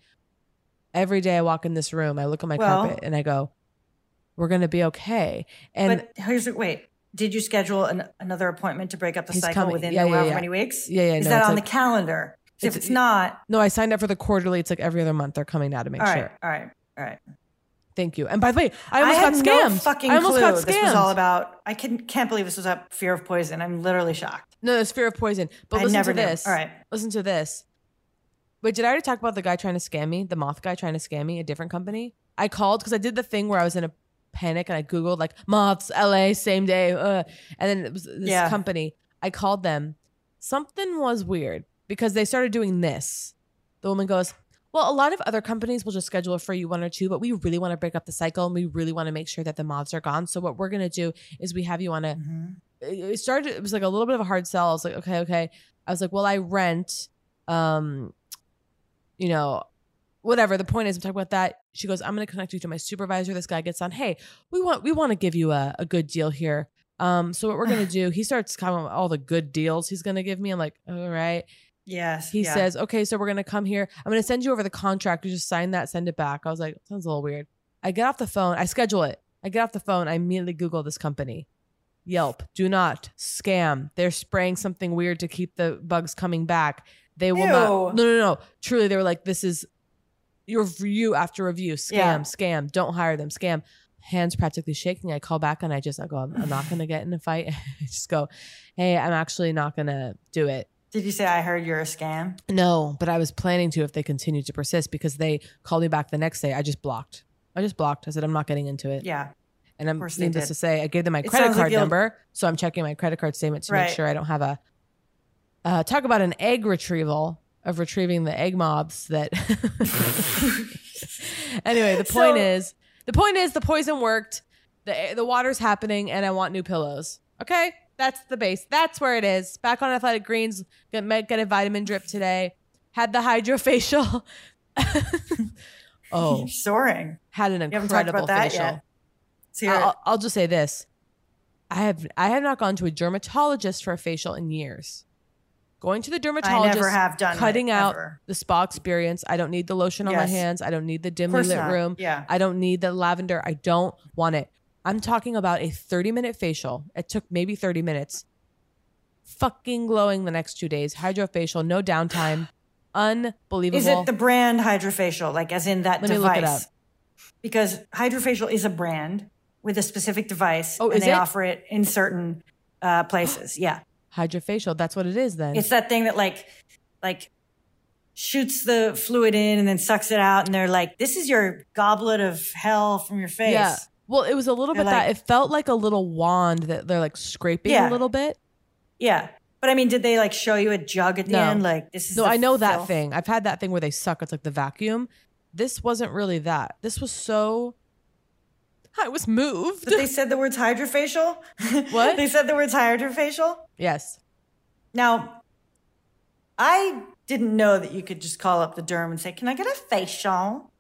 Speaker 6: every day I walk in this room, I look at my
Speaker 5: Well-
Speaker 6: carpet and I go, "We're gonna be okay." And
Speaker 5: but here's wait. Did you schedule an, another appointment to break up the
Speaker 6: He's
Speaker 5: cycle
Speaker 6: coming.
Speaker 5: within
Speaker 6: Yeah, yeah,
Speaker 5: however
Speaker 6: yeah.
Speaker 5: many weeks?
Speaker 6: Yeah, yeah,
Speaker 5: Is
Speaker 6: no,
Speaker 5: that
Speaker 6: it's
Speaker 5: on
Speaker 6: like-
Speaker 5: the calendar? 'Cause If
Speaker 6: It's-
Speaker 5: it's, not,
Speaker 6: No, I signed up for the quarterly. It's like every other month. They're coming now to make
Speaker 5: all right,
Speaker 6: sure.
Speaker 5: all right, all right.
Speaker 6: Thank you. And by the way, I almost
Speaker 5: had
Speaker 6: got scammed.
Speaker 5: No fucking
Speaker 6: I almost
Speaker 5: clue
Speaker 6: got scammed.
Speaker 5: This was all about. I can, can't believe this was up fear of poison. I'm literally shocked.
Speaker 6: No, it's fear of poison. But
Speaker 5: I
Speaker 6: listen
Speaker 5: never
Speaker 6: to
Speaker 5: knew.
Speaker 6: this.
Speaker 5: All right.
Speaker 6: Listen to this. Wait, did I already talk about the guy trying to scam me? The moth guy trying to scam me? A different company? I called because I did the thing where I was in a panic and I Googled like moths, LA, same day. Uh, and then it was this
Speaker 5: Yeah.
Speaker 6: company. I called them. Something was weird because they started doing this. The woman goes, Well, a lot of other companies will just schedule for you one or two, but we really want to break up the cycle and we really want to make sure that the moths are gone. So what we're going to do is we have you on a it it started it was like a little bit of a hard sell. I was like, okay, okay. I was like, well, I rent, um, you know, whatever. The point is I'm talking about that. She goes, I'm gonna connect you to my supervisor. This guy gets on, hey, we want we want to give you a, a good deal here. Um, so what
Speaker 5: [SIGHS]
Speaker 6: we're gonna do, he starts coming all the good deals he's gonna give me. I'm like, all right.
Speaker 5: Yes.
Speaker 6: He
Speaker 5: yeah.
Speaker 6: says, okay, so we're going to come here. I'm going to send you over the contract. You just sign that, send it back. I was like, sounds a little weird. I get off the phone. I schedule it. I get off the phone. I immediately Google this company. Yelp, do not scam. They're spraying something weird to keep the bugs coming back. They will not.
Speaker 5: Ew.
Speaker 6: No, no, no. Truly, they were like, this is your review after review. Scam,
Speaker 5: Yeah.
Speaker 6: scam. Don't hire them. Scam. Hands practically shaking. I call back and I just I go, I'm, I'm not going to get in a fight. [LAUGHS] I just go, hey, I'm actually not going to do it.
Speaker 5: Did you say I heard you're a scam? [LAUGHS]
Speaker 6: No, but I was planning to if they continued to persist because they called me back the next day. I just blocked. I just blocked. I said I'm not getting into it.
Speaker 5: Yeah.
Speaker 6: And I'm
Speaker 5: course they
Speaker 6: needless
Speaker 5: did.
Speaker 6: to say, I gave them my
Speaker 5: It
Speaker 6: credit
Speaker 5: sounds like
Speaker 6: card
Speaker 5: you'll-
Speaker 6: number, so I'm checking my credit card statement to
Speaker 5: Right.
Speaker 6: make sure I don't have a. Uh, talk about an egg retrieval of retrieving the egg mobs
Speaker 5: [LAUGHS]
Speaker 6: that. [LAUGHS] anyway, the
Speaker 5: So-
Speaker 6: point is the point is the poison worked. The the water's happening, and I want new pillows. Okay, that's the base. That's where it is. Back on athletic greens. Get might get a vitamin drip today. Had the [LAUGHS] hydrofacial. oh,
Speaker 5: You're soaring.
Speaker 6: Had an
Speaker 5: You haven't talked
Speaker 6: incredible
Speaker 5: about that
Speaker 6: facial.
Speaker 5: yet. Let's hear
Speaker 6: I'll,
Speaker 5: it.
Speaker 6: I'll just say this: I have I have not gone to a dermatologist for a facial in years. Going to the dermatologist,
Speaker 5: have done it,
Speaker 6: cutting out
Speaker 5: ever.
Speaker 6: the spa experience. I don't need the lotion on my
Speaker 5: Yes.
Speaker 6: hands. I don't need the dimly
Speaker 5: course
Speaker 6: lit
Speaker 5: not.
Speaker 6: room.
Speaker 5: Yeah.
Speaker 6: I don't need the lavender. I don't want it. I'm talking about a 30 minute facial. It took maybe 30 minutes. Fucking glowing the next two days. Hydrofacial, no downtime. Unbelievable.
Speaker 5: Is it the brand Hydrofacial, like as in that
Speaker 6: Let me
Speaker 5: device?
Speaker 6: look it up.
Speaker 5: Because Hydrofacial is a brand with a specific device,
Speaker 6: Oh,
Speaker 5: and
Speaker 6: is
Speaker 5: they
Speaker 6: it?
Speaker 5: offer it in certain uh, places. Yeah,
Speaker 6: hydrofacial? That's what it is then.
Speaker 5: it's that thing that like, like, shoots the fluid in and then sucks it out, and they're like, "This is your goblet of hell from your face."
Speaker 6: Yeah. Well, it was a little
Speaker 5: They're
Speaker 6: bit that
Speaker 5: like-
Speaker 6: it felt like a little wand that they're like scraping
Speaker 5: Yeah.
Speaker 6: a little bit.
Speaker 5: Yeah. But I mean, did they like show you a jug at the end? Like this is
Speaker 6: no,
Speaker 5: the
Speaker 6: I know that
Speaker 5: filth.
Speaker 6: thing. I've had that thing where they suck. It's like the vacuum. This wasn't really that. This was so. I was moved.
Speaker 5: But they said the words hydrofacial. [LAUGHS]
Speaker 6: What?
Speaker 5: they said the words hydrofacial.
Speaker 6: Yes.
Speaker 5: Now, I didn't know that you could just call up the derm and say, "Can I get a facial?"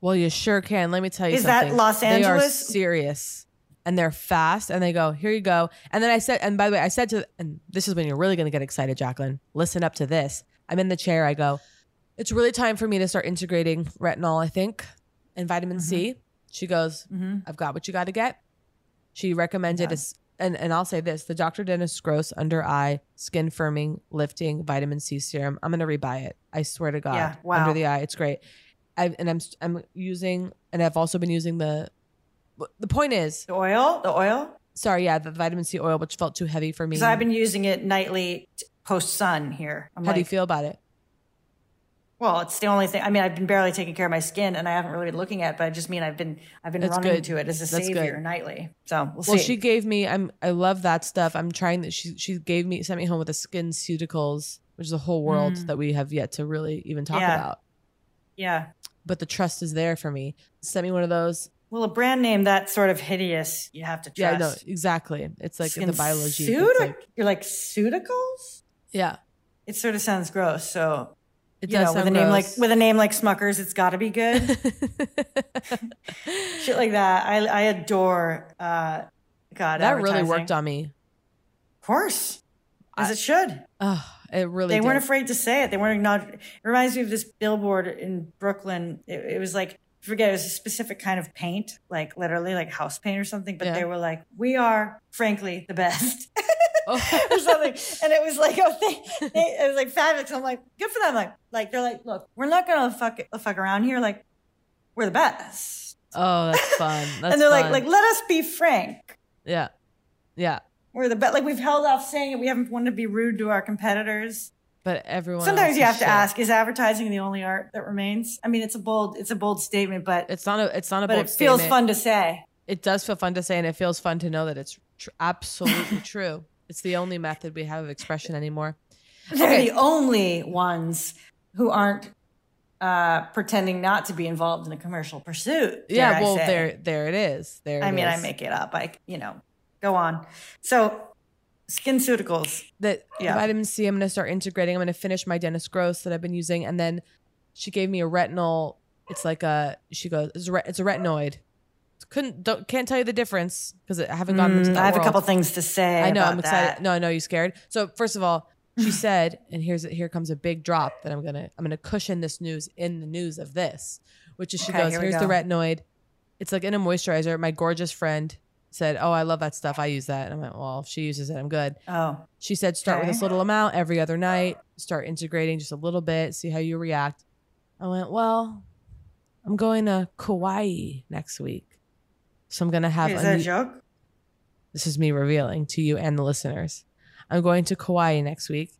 Speaker 6: Well, you sure can. Let me tell you
Speaker 5: Is that
Speaker 6: something.
Speaker 5: Los
Speaker 6: They are
Speaker 5: Angeles?
Speaker 6: serious and they're fast and they go, here you go. And then I said, and by the way, I said to, and this is when you're really going to get excited, Jacqueline. Listen up to this. I'm in the chair. I go, it's really time for me to start integrating retinol, I think, and vitamin C.
Speaker 5: Mm-hmm.
Speaker 6: She goes, I've got what you got to get. She recommended, a s and, and I'll say this the Dr. Dennis Gross under eye skin firming lifting vitamin C serum. I'm going to rebuy it. I swear to God.
Speaker 5: Yeah, wow.
Speaker 6: Under the eye. It's great. I, and I'm, s- I'm using, and I've also been using the, the point is
Speaker 5: the oil, the oil.
Speaker 6: Sorry. Yeah. The vitamin C oil, which felt too heavy for me.
Speaker 5: Because I've been using it nightly post sun here. I'm
Speaker 6: How do you
Speaker 5: like,
Speaker 6: feel about it?
Speaker 5: Well, it's the only thing. I mean, I've been barely taking care of my skin, and I haven't really been looking at. it, But I just mean I've been I've been
Speaker 6: That's
Speaker 5: running
Speaker 6: good.
Speaker 5: to it as a
Speaker 6: That's
Speaker 5: savior
Speaker 6: good.
Speaker 5: nightly. So we'll, see.
Speaker 6: well, she gave me. I'm. I love that stuff. I'm trying that. She she gave me sent me home with the SkinCeuticals, which is a whole world
Speaker 5: Mm.
Speaker 6: that we have yet to really even talk
Speaker 5: Yeah.
Speaker 6: about.
Speaker 5: yeah.
Speaker 6: But the trust is there for me. Sent me one of those.
Speaker 5: Well, a brand name that's sort of hideous, you have to
Speaker 6: Yeah, no,
Speaker 5: trust.
Speaker 6: exactly. It's like the biology.
Speaker 5: Skin
Speaker 6: that's
Speaker 5: pseudo- You're like pseudicals.
Speaker 6: Yeah,
Speaker 5: it sort of sounds gross. So
Speaker 6: It
Speaker 5: you
Speaker 6: does
Speaker 5: know, with
Speaker 6: sound
Speaker 5: a name like
Speaker 6: gross.
Speaker 5: with a name like Smuckers, it's got to be
Speaker 6: [LAUGHS]
Speaker 5: good. Shit like that. I I adore. Uh, God,
Speaker 6: that really worked on me.
Speaker 5: Of course, as it should.
Speaker 6: Oh, it really.
Speaker 5: they
Speaker 6: did.
Speaker 5: weren't afraid to say it. They weren't acknowledged. It reminds me of this billboard in Brooklyn. It, it was like I forget it was a specific kind of paint, like literally like house paint or something. But they were like, "We are frankly the best." [LAUGHS]
Speaker 6: Oh.
Speaker 5: or something, and it was like, oh, they, they- it was like fabulous. I'm like, good for them. Like, like they're like, look, we're not gonna fuck fuck around here. Like, we're the best.
Speaker 6: Oh, that's fun.
Speaker 5: [LAUGHS]
Speaker 6: That's
Speaker 5: and they're
Speaker 6: fun.
Speaker 5: like, like let us be frank.
Speaker 6: yeah, yeah.
Speaker 5: We're the best. Like we've held off saying it. We haven't wanted to be rude to our competitors.
Speaker 6: But everyone.
Speaker 5: Sometimes
Speaker 6: else
Speaker 5: you
Speaker 6: is
Speaker 5: have to
Speaker 6: shit.
Speaker 5: ask: Is advertising the only art that remains? I mean, it's a bold, it's a bold statement, but
Speaker 6: it's not a, it's not a
Speaker 5: but
Speaker 6: bold
Speaker 5: it feels
Speaker 6: statement.
Speaker 5: fun to say.
Speaker 6: It does feel fun to say, and it feels fun to know that it's tr-
Speaker 5: [LAUGHS]
Speaker 6: absolutely true. It's the only method we have of expression anymore.
Speaker 5: They're
Speaker 6: Okay.
Speaker 5: the only ones who aren't uh, pretending not to be involved in a commercial pursuit. dare
Speaker 6: yeah,
Speaker 5: I
Speaker 6: well,
Speaker 5: say.
Speaker 6: there, there it is. There.
Speaker 5: I
Speaker 6: it
Speaker 5: mean, I
Speaker 6: is.
Speaker 5: make it up. I, you know, go on. So, skinceuticals.
Speaker 6: that
Speaker 5: Yeah.
Speaker 6: vitamin C I'm going to start integrating. I'm going to finish my dentist gross that I've been using and then she gave me a retinol. It's like a she goes it's a, re- it's a retinoid. Couldn't don't can't tell you the difference because I haven't gotten into
Speaker 5: Mm,
Speaker 6: that
Speaker 5: I have a
Speaker 6: world.
Speaker 5: couple things to say
Speaker 6: I know I'm
Speaker 5: about
Speaker 6: excited.
Speaker 5: that.
Speaker 6: No, I know you scared. So first of all,
Speaker 5: [SIGHS]
Speaker 6: she said, and here's here comes a big drop that I'm gonna I'm gonna cushion this news in the news of this, which is she
Speaker 5: Okay,
Speaker 6: goes
Speaker 5: here we
Speaker 6: here's
Speaker 5: go.
Speaker 6: the retinoid. It's like in a moisturizer. My gorgeous friend said, oh I love that stuff. I use that. And I'm like, well if she uses it, I'm good.
Speaker 5: Oh,
Speaker 6: She said, start with this
Speaker 5: Okay.
Speaker 6: little amount every other night, start integrating just a little bit, see how you react. I went, well, I'm going to Kauai next week. So I'm going to have
Speaker 5: Wait, is that a
Speaker 6: new-
Speaker 5: joke?
Speaker 6: This is me revealing to you and the listeners. I'm going to Kauai next week.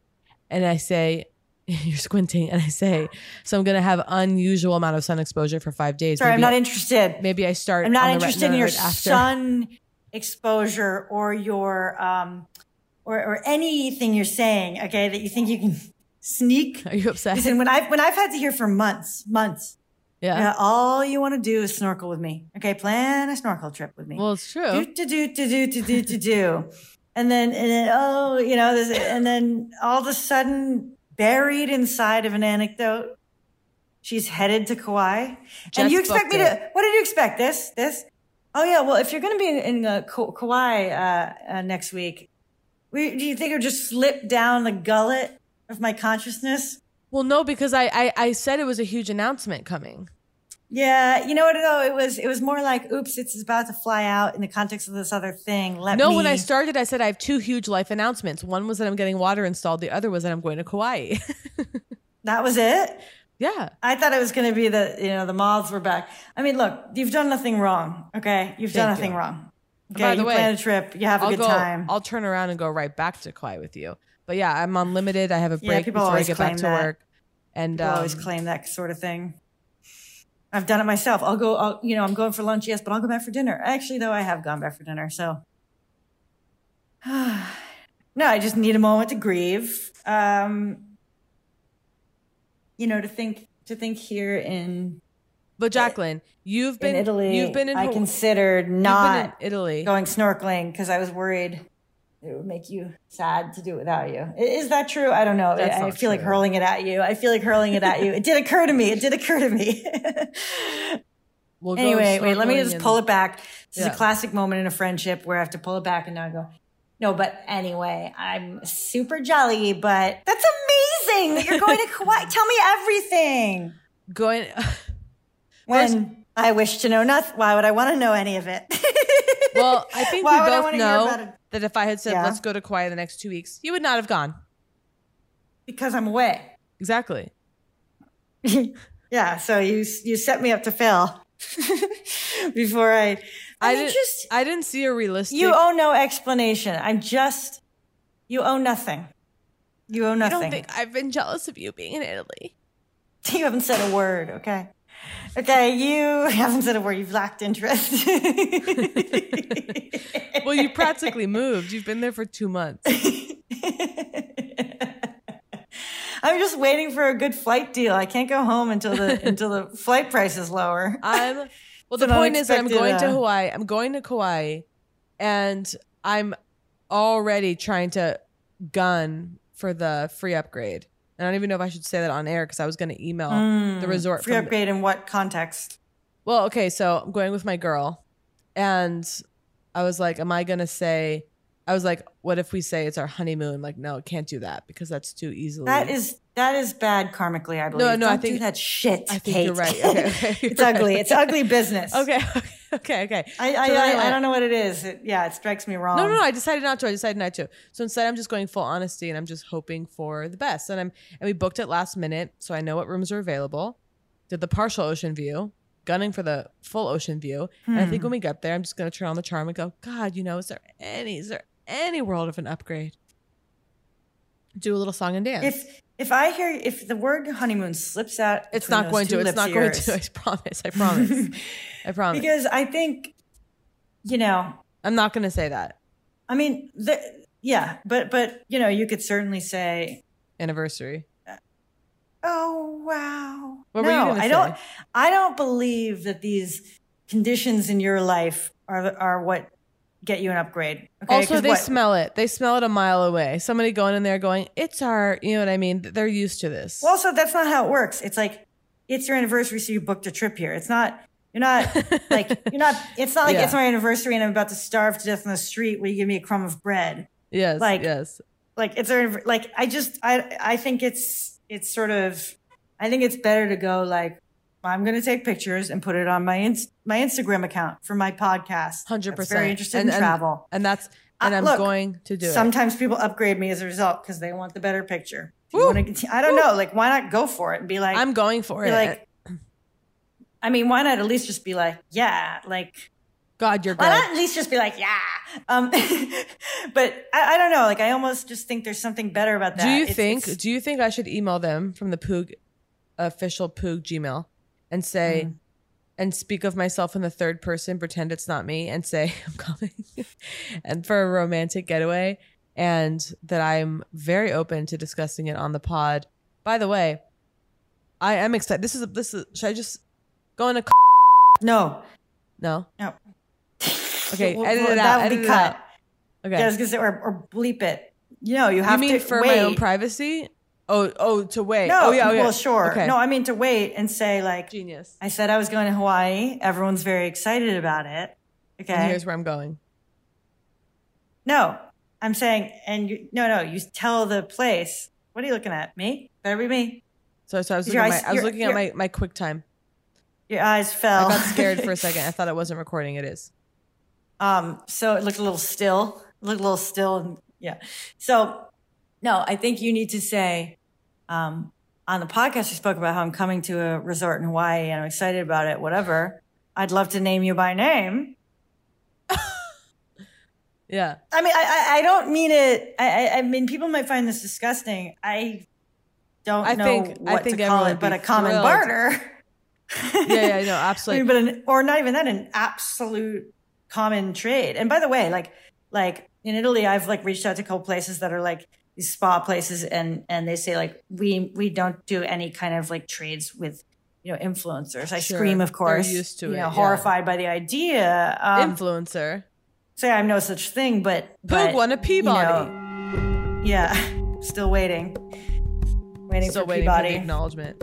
Speaker 6: And I say, [LAUGHS] you're squinting. And I say, so I'm going to have unusual amount of sun exposure for five days.
Speaker 5: Sorry, I'm not
Speaker 6: I-
Speaker 5: interested.
Speaker 6: Maybe I start.
Speaker 5: I'm not
Speaker 6: on the
Speaker 5: interested in your
Speaker 6: retinoid after.
Speaker 5: sun exposure or your um or, or anything you're saying. Okay, that you think you can sneak. Are
Speaker 6: you upset?
Speaker 5: Listen, when I've when I've had to hear for months, months.
Speaker 6: Yeah.
Speaker 5: all you want to do is snorkel with me. Okay, plan a snorkel trip with me.
Speaker 6: Well, it's true.
Speaker 5: Do to do to do to do to do, and then and then oh you know this and then all of a sudden buried inside of an anecdote, she's headed to Kauai,
Speaker 6: Just
Speaker 5: and you expect
Speaker 6: booked
Speaker 5: me to
Speaker 6: it.
Speaker 5: what did you expect this this oh yeah well if you're going to be in, in uh, Ka- Kauai uh, uh, next week, we, do you think it would just slip down the gullet of my consciousness?
Speaker 6: Well, no, because I, I, I said it was a huge announcement coming.
Speaker 5: Yeah, you know what though? It was it was more like, oops, it's about to fly out in the context of this other thing. Let
Speaker 6: no,
Speaker 5: me.
Speaker 6: when I started, I said I have two huge life announcements. One was that I'm getting water installed. The other was that I'm going to Kauai. [LAUGHS]
Speaker 5: that was it.
Speaker 6: Yeah,
Speaker 5: I thought it was going to be the you know the moths were back. I mean, look, you've done nothing wrong. Okay, you've done
Speaker 6: Thank
Speaker 5: nothing
Speaker 6: you.
Speaker 5: wrong. Okay,
Speaker 6: By the
Speaker 5: you
Speaker 6: way,
Speaker 5: plan a trip. You have a
Speaker 6: I'll
Speaker 5: good
Speaker 6: go-
Speaker 5: time.
Speaker 6: I'll turn around and go right back to Kauai with you. But yeah, I'm on limited. I have a
Speaker 5: Yeah,
Speaker 6: break
Speaker 5: people
Speaker 6: before I
Speaker 5: always
Speaker 6: get back
Speaker 5: claim
Speaker 6: to
Speaker 5: that.
Speaker 6: work. And
Speaker 5: People always
Speaker 6: um,
Speaker 5: claim that sort of thing. I've done it myself. I'll go. I'll, you know, I'm going for lunch, yes, but I'll go back for dinner. Actually, though, I have gone back for dinner. So, [SIGHS] no, I just need a moment to grieve. Um, you know, to think to think here in
Speaker 6: but Jacqueline, you've been
Speaker 5: in Italy.
Speaker 6: You've been in.
Speaker 5: I
Speaker 6: Haw-
Speaker 5: considered
Speaker 6: you've been in
Speaker 5: not
Speaker 6: Italy
Speaker 5: going snorkeling because I was worried it would make you sad to do it without you. I- Is that true? I don't know. I,
Speaker 6: That's
Speaker 5: I
Speaker 6: not
Speaker 5: feel like
Speaker 6: true.
Speaker 5: hurling it at you. I feel like hurling it at you. It did occur to me. It did occur to me.
Speaker 6: [LAUGHS] We'll go
Speaker 5: anyway, wait. Let me
Speaker 6: snorkeling
Speaker 5: just
Speaker 6: and-
Speaker 5: pull it back. This is
Speaker 6: Yeah.
Speaker 5: a classic moment in a friendship where I have to pull it back and now I go. No, but anyway, I'm super jelly, but that's amazing that you're going to
Speaker 6: [LAUGHS]
Speaker 5: Kauai. Tell me everything.
Speaker 6: Going [LAUGHS]
Speaker 5: when I wish to know nothing. Why would I want to know any of it?
Speaker 6: Well,
Speaker 5: [LAUGHS]
Speaker 6: I think
Speaker 5: Why
Speaker 6: we
Speaker 5: would I
Speaker 6: both
Speaker 5: wanna hear about
Speaker 6: know
Speaker 5: it?
Speaker 6: that if I had said
Speaker 5: Yeah.
Speaker 6: let's go to Kauai the next two weeks, you would not have gone
Speaker 5: because I'm away.
Speaker 6: Exactly.
Speaker 5: [LAUGHS] Yeah, so you you set me up to fail [LAUGHS] before I. I, mean,
Speaker 6: didn't.
Speaker 5: just
Speaker 6: I didn't see a realistic.
Speaker 5: you owe no explanation. I'm just you owe nothing. You owe
Speaker 6: I don't
Speaker 5: nothing.
Speaker 6: think I've been jealous of you being in Italy.
Speaker 5: [LAUGHS] you haven't said a word. Okay, okay, you [LAUGHS] haven't said a word. You've lacked interest. [LAUGHS]
Speaker 6: well, you
Speaker 5: [LAUGHS]
Speaker 6: practically moved. You've been there for two months.
Speaker 5: I'm just waiting for a good flight deal. I can't go home until
Speaker 6: [LAUGHS]
Speaker 5: the until the flight price is lower. [LAUGHS]
Speaker 6: I'm well.
Speaker 5: It's
Speaker 6: the
Speaker 5: an
Speaker 6: point is that I'm
Speaker 5: unexpected,
Speaker 6: going to
Speaker 5: uh,
Speaker 6: Hawaii. I'm going to Kauai, and I'm already trying to gun for the free upgrade. And I don't even know if I should say that on air because I was going to email the
Speaker 5: Mm,
Speaker 6: resort
Speaker 5: free
Speaker 6: from-
Speaker 5: upgrade in what context?
Speaker 6: Well, okay, so I'm going with my girl, and I was like, "Am I gonna say?" I was like, what if we say it's our honeymoon? Like, no, can't do that because that's too easily.
Speaker 5: That is that is bad karmically, I believe.
Speaker 6: no,
Speaker 5: Don't
Speaker 6: I think
Speaker 5: do that shit.
Speaker 6: I think
Speaker 5: Kate.
Speaker 6: you're right.
Speaker 5: [LAUGHS]
Speaker 6: Okay, okay, you're
Speaker 5: it's ugly.
Speaker 6: right.
Speaker 5: It's ugly business.
Speaker 6: Okay, [LAUGHS] okay, okay.
Speaker 5: I, I,
Speaker 6: So then
Speaker 5: I, I don't know what it is. It, yeah, it strikes me wrong.
Speaker 6: No, no, no. I decided not to. I decided not to. So instead, I'm just going full honesty, and I'm just hoping for the best. And I'm and we booked it last minute, so I know what rooms are available. Did the partial ocean view, gunning for the full ocean view. And I think
Speaker 5: Hmm.
Speaker 6: when we get there, I'm just going to turn on the charm and go, God, you know, is there any is there any world of an upgrade? Do a little song and dance.
Speaker 5: If if I hear if the word honeymoon slips out,
Speaker 6: it's
Speaker 5: between
Speaker 6: not
Speaker 5: those
Speaker 6: going
Speaker 5: two
Speaker 6: to. It's
Speaker 5: lips
Speaker 6: not
Speaker 5: of
Speaker 6: going
Speaker 5: yours-
Speaker 6: to. [LAUGHS] I promise. I promise.
Speaker 5: [LAUGHS]
Speaker 6: I promise.
Speaker 5: Because I think, you know,
Speaker 6: I'm not going to say that.
Speaker 5: I mean, the, yeah, but but you know, you could certainly say,
Speaker 6: Anniversary.
Speaker 5: "Oh wow."
Speaker 6: What
Speaker 5: no,
Speaker 6: were you gonna
Speaker 5: I
Speaker 6: say?
Speaker 5: don't. I don't believe that these conditions in your life are are what get you an upgrade. Okay?
Speaker 6: also,
Speaker 5: 'Cause
Speaker 6: they
Speaker 5: what-
Speaker 6: smell it. They smell it a mile away. Somebody going in there going, it's our, you know what I mean? They're used to this.
Speaker 5: Well, also, that's not how it works. It's like it's your anniversary, so you booked a trip here. It's not. You're
Speaker 6: [LAUGHS]
Speaker 5: not like you're not. It's not like
Speaker 6: Yeah.
Speaker 5: it's my anniversary and I'm about to starve to death on the street. Will you give me a crumb of bread?
Speaker 6: Yes.
Speaker 5: like-
Speaker 6: yes.
Speaker 5: Like it's our like I just I I think it's it's sort of I think it's better to go like I'm going to take pictures and put it on my in, my Instagram account for my podcast.
Speaker 6: 100%.
Speaker 5: That's Very interested
Speaker 6: And-
Speaker 5: in
Speaker 6: and-
Speaker 5: travel.
Speaker 6: And that's, and
Speaker 5: Uh,
Speaker 6: I'm
Speaker 5: look,
Speaker 6: going to do it.
Speaker 5: Sometimes people upgrade me as a result because they want the better picture. Do you wanna continue- I don't know. Like, why not go for it and be like,
Speaker 6: I'm going for
Speaker 5: be
Speaker 6: it.
Speaker 5: Like, I mean, why not at least just be like, yeah, like,
Speaker 6: God, you're
Speaker 5: why
Speaker 6: good.
Speaker 5: not at least just be like, yeah. Um, [LAUGHS] but I, I don't know. Like, I almost just think there's something better about that.
Speaker 6: Do you
Speaker 5: It's-
Speaker 6: think,
Speaker 5: it's-
Speaker 6: do you think I should email them from the Poog official Poog Gmail and say,
Speaker 5: Mm.
Speaker 6: and speak of myself in the third person, pretend it's not me and say, [LAUGHS] I'm coming and for a romantic getaway and that I'm very open to discussing it on the pod. By the way, I am excited. This is, this is, should I just go in a,
Speaker 5: no,
Speaker 6: no?
Speaker 5: no. [LAUGHS]
Speaker 6: Okay.
Speaker 5: Well,
Speaker 6: edit
Speaker 5: well,
Speaker 6: it out.
Speaker 5: that would be
Speaker 6: edit it
Speaker 5: cut.
Speaker 6: out. Okay.
Speaker 5: Yeah, I was gonna say, or, or bleep it. You know, you have
Speaker 6: mean
Speaker 5: to
Speaker 6: for
Speaker 5: wait.
Speaker 6: my own privacy? Oh, oh, to wait.
Speaker 5: No,
Speaker 6: oh, yeah, oh, yeah.
Speaker 5: well, sure.
Speaker 6: Okay.
Speaker 5: No, I mean to wait and say like
Speaker 6: genius.
Speaker 5: I said I was going to Hawaii. Everyone's very excited about it. Okay.
Speaker 6: And here's where I'm going.
Speaker 5: no, I'm saying, and you, no, no, you tell the place. What are you looking at? Me? Better be me.
Speaker 6: So, so I was
Speaker 5: Your
Speaker 6: looking, at
Speaker 5: eyes-
Speaker 6: my, I was
Speaker 5: your-
Speaker 6: looking at
Speaker 5: your-
Speaker 6: my, my
Speaker 5: [LAUGHS]
Speaker 6: quick time.
Speaker 5: Your eyes fell.
Speaker 6: I got scared
Speaker 5: [LAUGHS]
Speaker 6: for a second. I thought it wasn't recording. It is.
Speaker 5: Um, so it looked a little still, looked a little still, and yeah. So no, I think you need to say, um, on the podcast we spoke about how I'm coming to a resort in Hawaii and I'm excited about it. Whatever, I'd love to name you by name.
Speaker 6: [LAUGHS] Yeah.
Speaker 5: I mean, I, I, I don't mean it. I, I, I mean, people might find this disgusting. I don't
Speaker 6: I
Speaker 5: know
Speaker 6: think- I
Speaker 5: what
Speaker 6: think
Speaker 5: to call
Speaker 6: everyone
Speaker 5: it,
Speaker 6: would
Speaker 5: but
Speaker 6: be
Speaker 5: a common
Speaker 6: thrilled.
Speaker 5: barter.
Speaker 6: Yeah, yeah, no,
Speaker 5: I mean,
Speaker 6: absolutely.
Speaker 5: but an, or not even that, an absolute common trade. And by the way, like like in Italy, I've like reached out to couple places that are like these spa places, and and they say like we we don't do any kind of like trades with you know influencers. I
Speaker 6: Sure.
Speaker 5: scream, of
Speaker 6: They're
Speaker 5: course,
Speaker 6: used to
Speaker 5: you
Speaker 6: it,
Speaker 5: know,
Speaker 6: yeah.
Speaker 5: horrified by the idea. Um,
Speaker 6: Influencer.
Speaker 5: say I'm no such thing, but
Speaker 6: Poog
Speaker 5: but,
Speaker 6: won a
Speaker 5: you know,
Speaker 6: Peabody.
Speaker 5: yeah, [LAUGHS] still waiting, waiting
Speaker 6: Still
Speaker 5: for
Speaker 6: waiting for
Speaker 5: Peabody.
Speaker 6: the acknowledgement.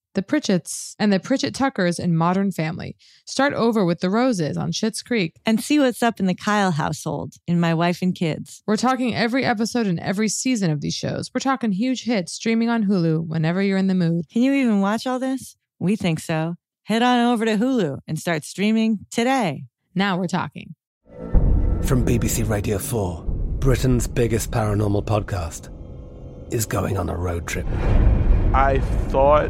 Speaker 14: the Pritchetts, and the Pritchett Tuckers in Modern Family. Start over with the Roses on Schitt's Creek.
Speaker 15: And see what's up in the Kyle household in My Wife and Kids.
Speaker 14: We're talking every episode and every season of these shows. We're talking huge hits streaming on Hulu whenever you're in the mood.
Speaker 15: Can you even watch all this? We think so. Head on over to Hulu and start streaming today.
Speaker 14: Now we're talking.
Speaker 16: From BBC Radio 4, Britain's biggest paranormal podcast is going on a road trip.
Speaker 17: I thought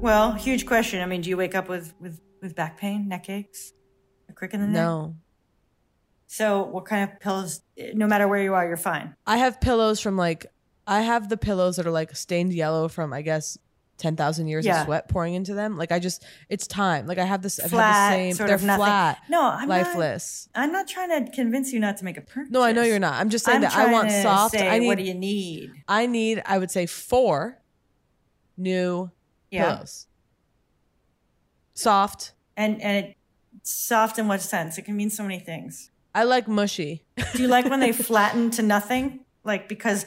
Speaker 5: Well, huge question. I mean, do you wake up with with with back pain, neck aches, a crick in the neck?
Speaker 6: No.
Speaker 5: So, what kind of pills? No matter where you are, you're fine.
Speaker 6: I have pillows from like I have the pillows that are like stained yellow from I guess ten thousand years
Speaker 5: Yeah.
Speaker 6: of sweat pouring into them. Like I just it's time. Like I have this I've had
Speaker 5: Flat,
Speaker 6: the same
Speaker 5: sort
Speaker 6: they're
Speaker 5: of nothing.
Speaker 6: flat.
Speaker 5: No, I'm not-
Speaker 6: lifeless.
Speaker 5: I'm not trying to convince you not to make a purchase.
Speaker 6: No, I know you're not. I'm just saying that I
Speaker 5: trying
Speaker 6: want
Speaker 5: to
Speaker 6: soft.
Speaker 5: say,
Speaker 6: I need
Speaker 5: what do you need?
Speaker 6: I need I would say four new
Speaker 5: Yeah.
Speaker 6: pillows. Soft.
Speaker 5: And and it, soft in what sense? It can mean so many things.
Speaker 6: I like mushy.
Speaker 5: Do you like when
Speaker 6: [LAUGHS]
Speaker 5: they flatten to nothing? Like because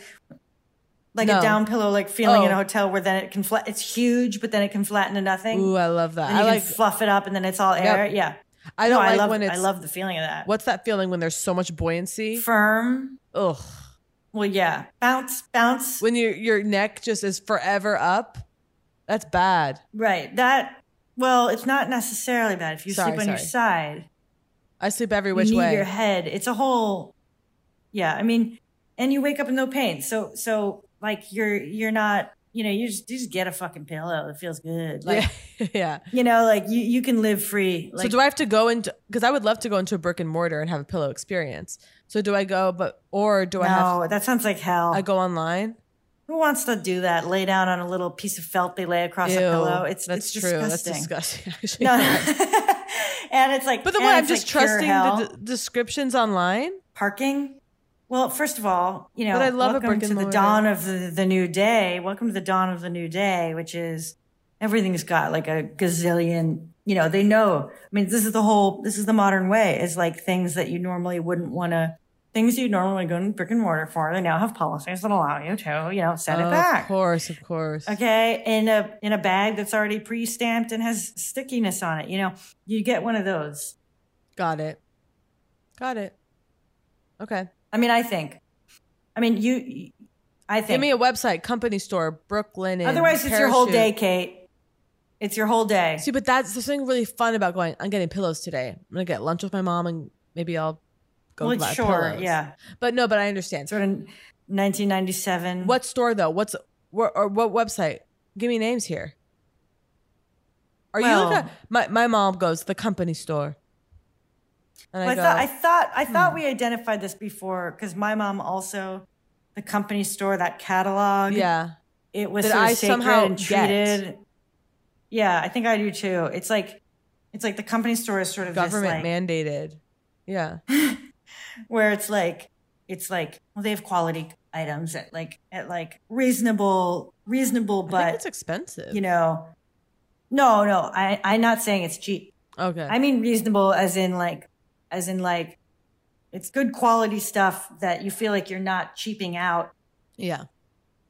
Speaker 5: like
Speaker 6: No.
Speaker 5: a down pillow, like feeling in a
Speaker 6: Oh.
Speaker 5: hotel where then it can flat. It's huge, but then it can flatten to nothing.
Speaker 6: Ooh, I love that.
Speaker 5: And you
Speaker 6: I
Speaker 5: can
Speaker 6: like-
Speaker 5: fluff it up, and then it's all
Speaker 6: Yep.
Speaker 5: air. Yeah.
Speaker 6: I don't
Speaker 5: No, I
Speaker 6: like
Speaker 5: love,
Speaker 6: when it's
Speaker 5: I love the feeling of that.
Speaker 6: What's that feeling when there's so much buoyancy?
Speaker 5: Firm.
Speaker 6: Ugh.
Speaker 5: Well, yeah. Bounce, bounce.
Speaker 6: When your your neck just is forever up. That's bad.
Speaker 5: Right. That. Well, it's not necessarily bad if you
Speaker 6: Sorry,
Speaker 5: sleep on your
Speaker 6: sorry.
Speaker 5: side.
Speaker 6: I sleep every
Speaker 5: you
Speaker 6: which
Speaker 5: need
Speaker 6: way.
Speaker 5: your head. It's a whole. Yeah, I mean, and you wake up with no pain. So so like you're you're not you know you just you just get a fucking pillow. It feels good. Like
Speaker 6: yeah. [LAUGHS]
Speaker 5: you know like you you can live free. Like,
Speaker 6: so do I have to go into because I would love to go into a brick and mortar and have a pillow experience. So do I go but or do I have
Speaker 5: No, that sounds like hell.
Speaker 6: I go online?
Speaker 5: Who wants to do that? Lay down on a little piece of felt they lay across
Speaker 6: Ew,
Speaker 5: a pillow. It's
Speaker 6: that's
Speaker 5: it's
Speaker 6: true. That's
Speaker 5: Disgusting.
Speaker 6: disgusting. [LAUGHS] Actually.
Speaker 5: No, [LAUGHS] and it's like
Speaker 6: But the
Speaker 5: and
Speaker 6: way I'm
Speaker 5: it's
Speaker 6: just
Speaker 5: like pure
Speaker 6: trusting
Speaker 5: hell.
Speaker 6: the d- descriptions online.
Speaker 5: Parking. Well, first of all, you know,
Speaker 6: But I love a
Speaker 5: welcome
Speaker 6: brick
Speaker 5: to
Speaker 6: and
Speaker 5: the
Speaker 6: mortar.
Speaker 5: dawn of the, the new day. Welcome to the dawn of the new day, which is everything's got like a gazillion. You know, they know. I mean, this is the whole. This is the modern way. Is like things that you normally wouldn't want to. Things you normally would go in brick and mortar for. They now have policies that allow you to, you know, send
Speaker 6: Oh,
Speaker 5: it back.
Speaker 6: Of course, of course.
Speaker 5: Okay, in a in a bag that's already pre-stamped and has stickiness on it. You know, you get one of those.
Speaker 6: Got it. Got it. Okay.
Speaker 5: I mean, I think. I mean, you. I think.
Speaker 6: Give me a website, company store, Brooklyn.
Speaker 5: Otherwise, it's your whole day, Kate. It's your whole day.
Speaker 6: See, but that's there's something really fun about going. I'm getting pillows today. I'm gonna get lunch with my mom, and maybe I'll go
Speaker 5: Well,
Speaker 6: buy
Speaker 5: sure,
Speaker 6: pillows.
Speaker 5: yeah.
Speaker 6: But no, but I understand.
Speaker 5: Sort of 1997.
Speaker 6: What store though? What's where, or what website? Give me names here. Are you
Speaker 5: Well-
Speaker 6: looking at, my my mom goes the company store. And
Speaker 5: Well, I,
Speaker 6: I, go, "Hmm."
Speaker 5: thought I thought I thought we identified this before because my mom also the company store that catalog.
Speaker 6: Yeah.
Speaker 5: it was
Speaker 6: That
Speaker 5: sort of
Speaker 6: I
Speaker 5: sacred
Speaker 6: somehow
Speaker 5: and
Speaker 6: get.
Speaker 5: treated. Yeah, I think I do too. It's like it's like the company store is sort of this,
Speaker 6: government
Speaker 5: like,
Speaker 6: mandated. Yeah.
Speaker 5: [LAUGHS] where it's like it's like well they have quality items at like at like reasonable reasonable but
Speaker 6: it's expensive
Speaker 5: you know no no i i'm not saying it's cheap
Speaker 6: okay
Speaker 5: i mean reasonable as in like as in like It's good quality stuff that you feel like you're not cheaping out.
Speaker 6: Yeah.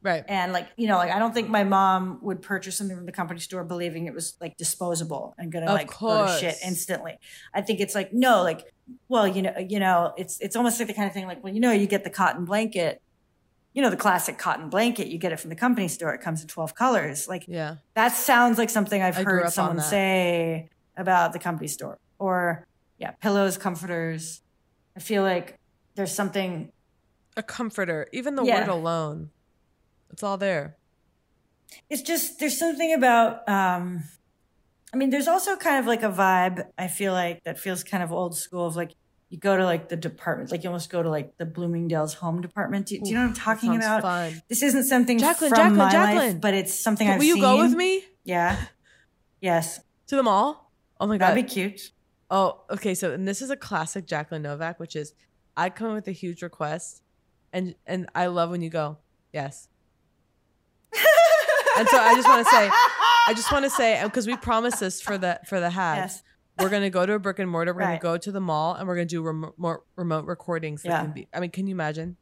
Speaker 6: Right.
Speaker 5: And like, you know, like I don't think my mom would purchase something from the company store believing it was like disposable and gonna
Speaker 6: Of
Speaker 5: like go to shit
Speaker 6: course.
Speaker 5: instantly. I think it's like, no, like, well, you know, you know, it's it's almost like the kind of thing like, well, you know, you get the cotton blanket, you know, the classic cotton blanket, you get it from the company store, it comes in twelve colors. Like
Speaker 6: Yeah.
Speaker 5: that sounds like something I've
Speaker 6: I grew up on
Speaker 5: heard someone
Speaker 6: that.
Speaker 5: say about the company store. Or yeah, pillows, comforters. I feel like there's something
Speaker 6: A comforter. Even the
Speaker 5: Yeah.
Speaker 6: word alone. It's all there.
Speaker 5: it's just there's something about um I mean there's also kind of like a vibe I feel like that feels kind of old school of like you go to like the department like you almost go to like the Bloomingdale's home department. Do, do you know what I'm
Speaker 6: Ooh, that
Speaker 5: talking
Speaker 6: sounds
Speaker 5: about?
Speaker 6: fun.
Speaker 5: This isn't something
Speaker 6: Jacqueline,
Speaker 5: from
Speaker 6: Jacqueline,
Speaker 5: my
Speaker 6: Jacqueline.
Speaker 5: life, but it's something
Speaker 6: Will
Speaker 5: I've
Speaker 6: you
Speaker 5: seen.
Speaker 6: go with me?
Speaker 5: Yeah. Yes.
Speaker 6: To the mall? Oh my god.
Speaker 5: That'd be cute.
Speaker 6: Oh, okay. So and this is a classic Jacqueline Novak, which is I come in with a huge request and and I love when you go,
Speaker 5: [LAUGHS]
Speaker 6: yes. and so I just wanna say I just wanna say because we promised this for the for the hags.
Speaker 5: Yes.
Speaker 6: We're gonna go to a brick and mortar. We're
Speaker 5: Right.
Speaker 6: gonna go to the mall, and we're gonna do remote remote recordings. That
Speaker 5: Yeah.
Speaker 6: can be, I mean, can you imagine?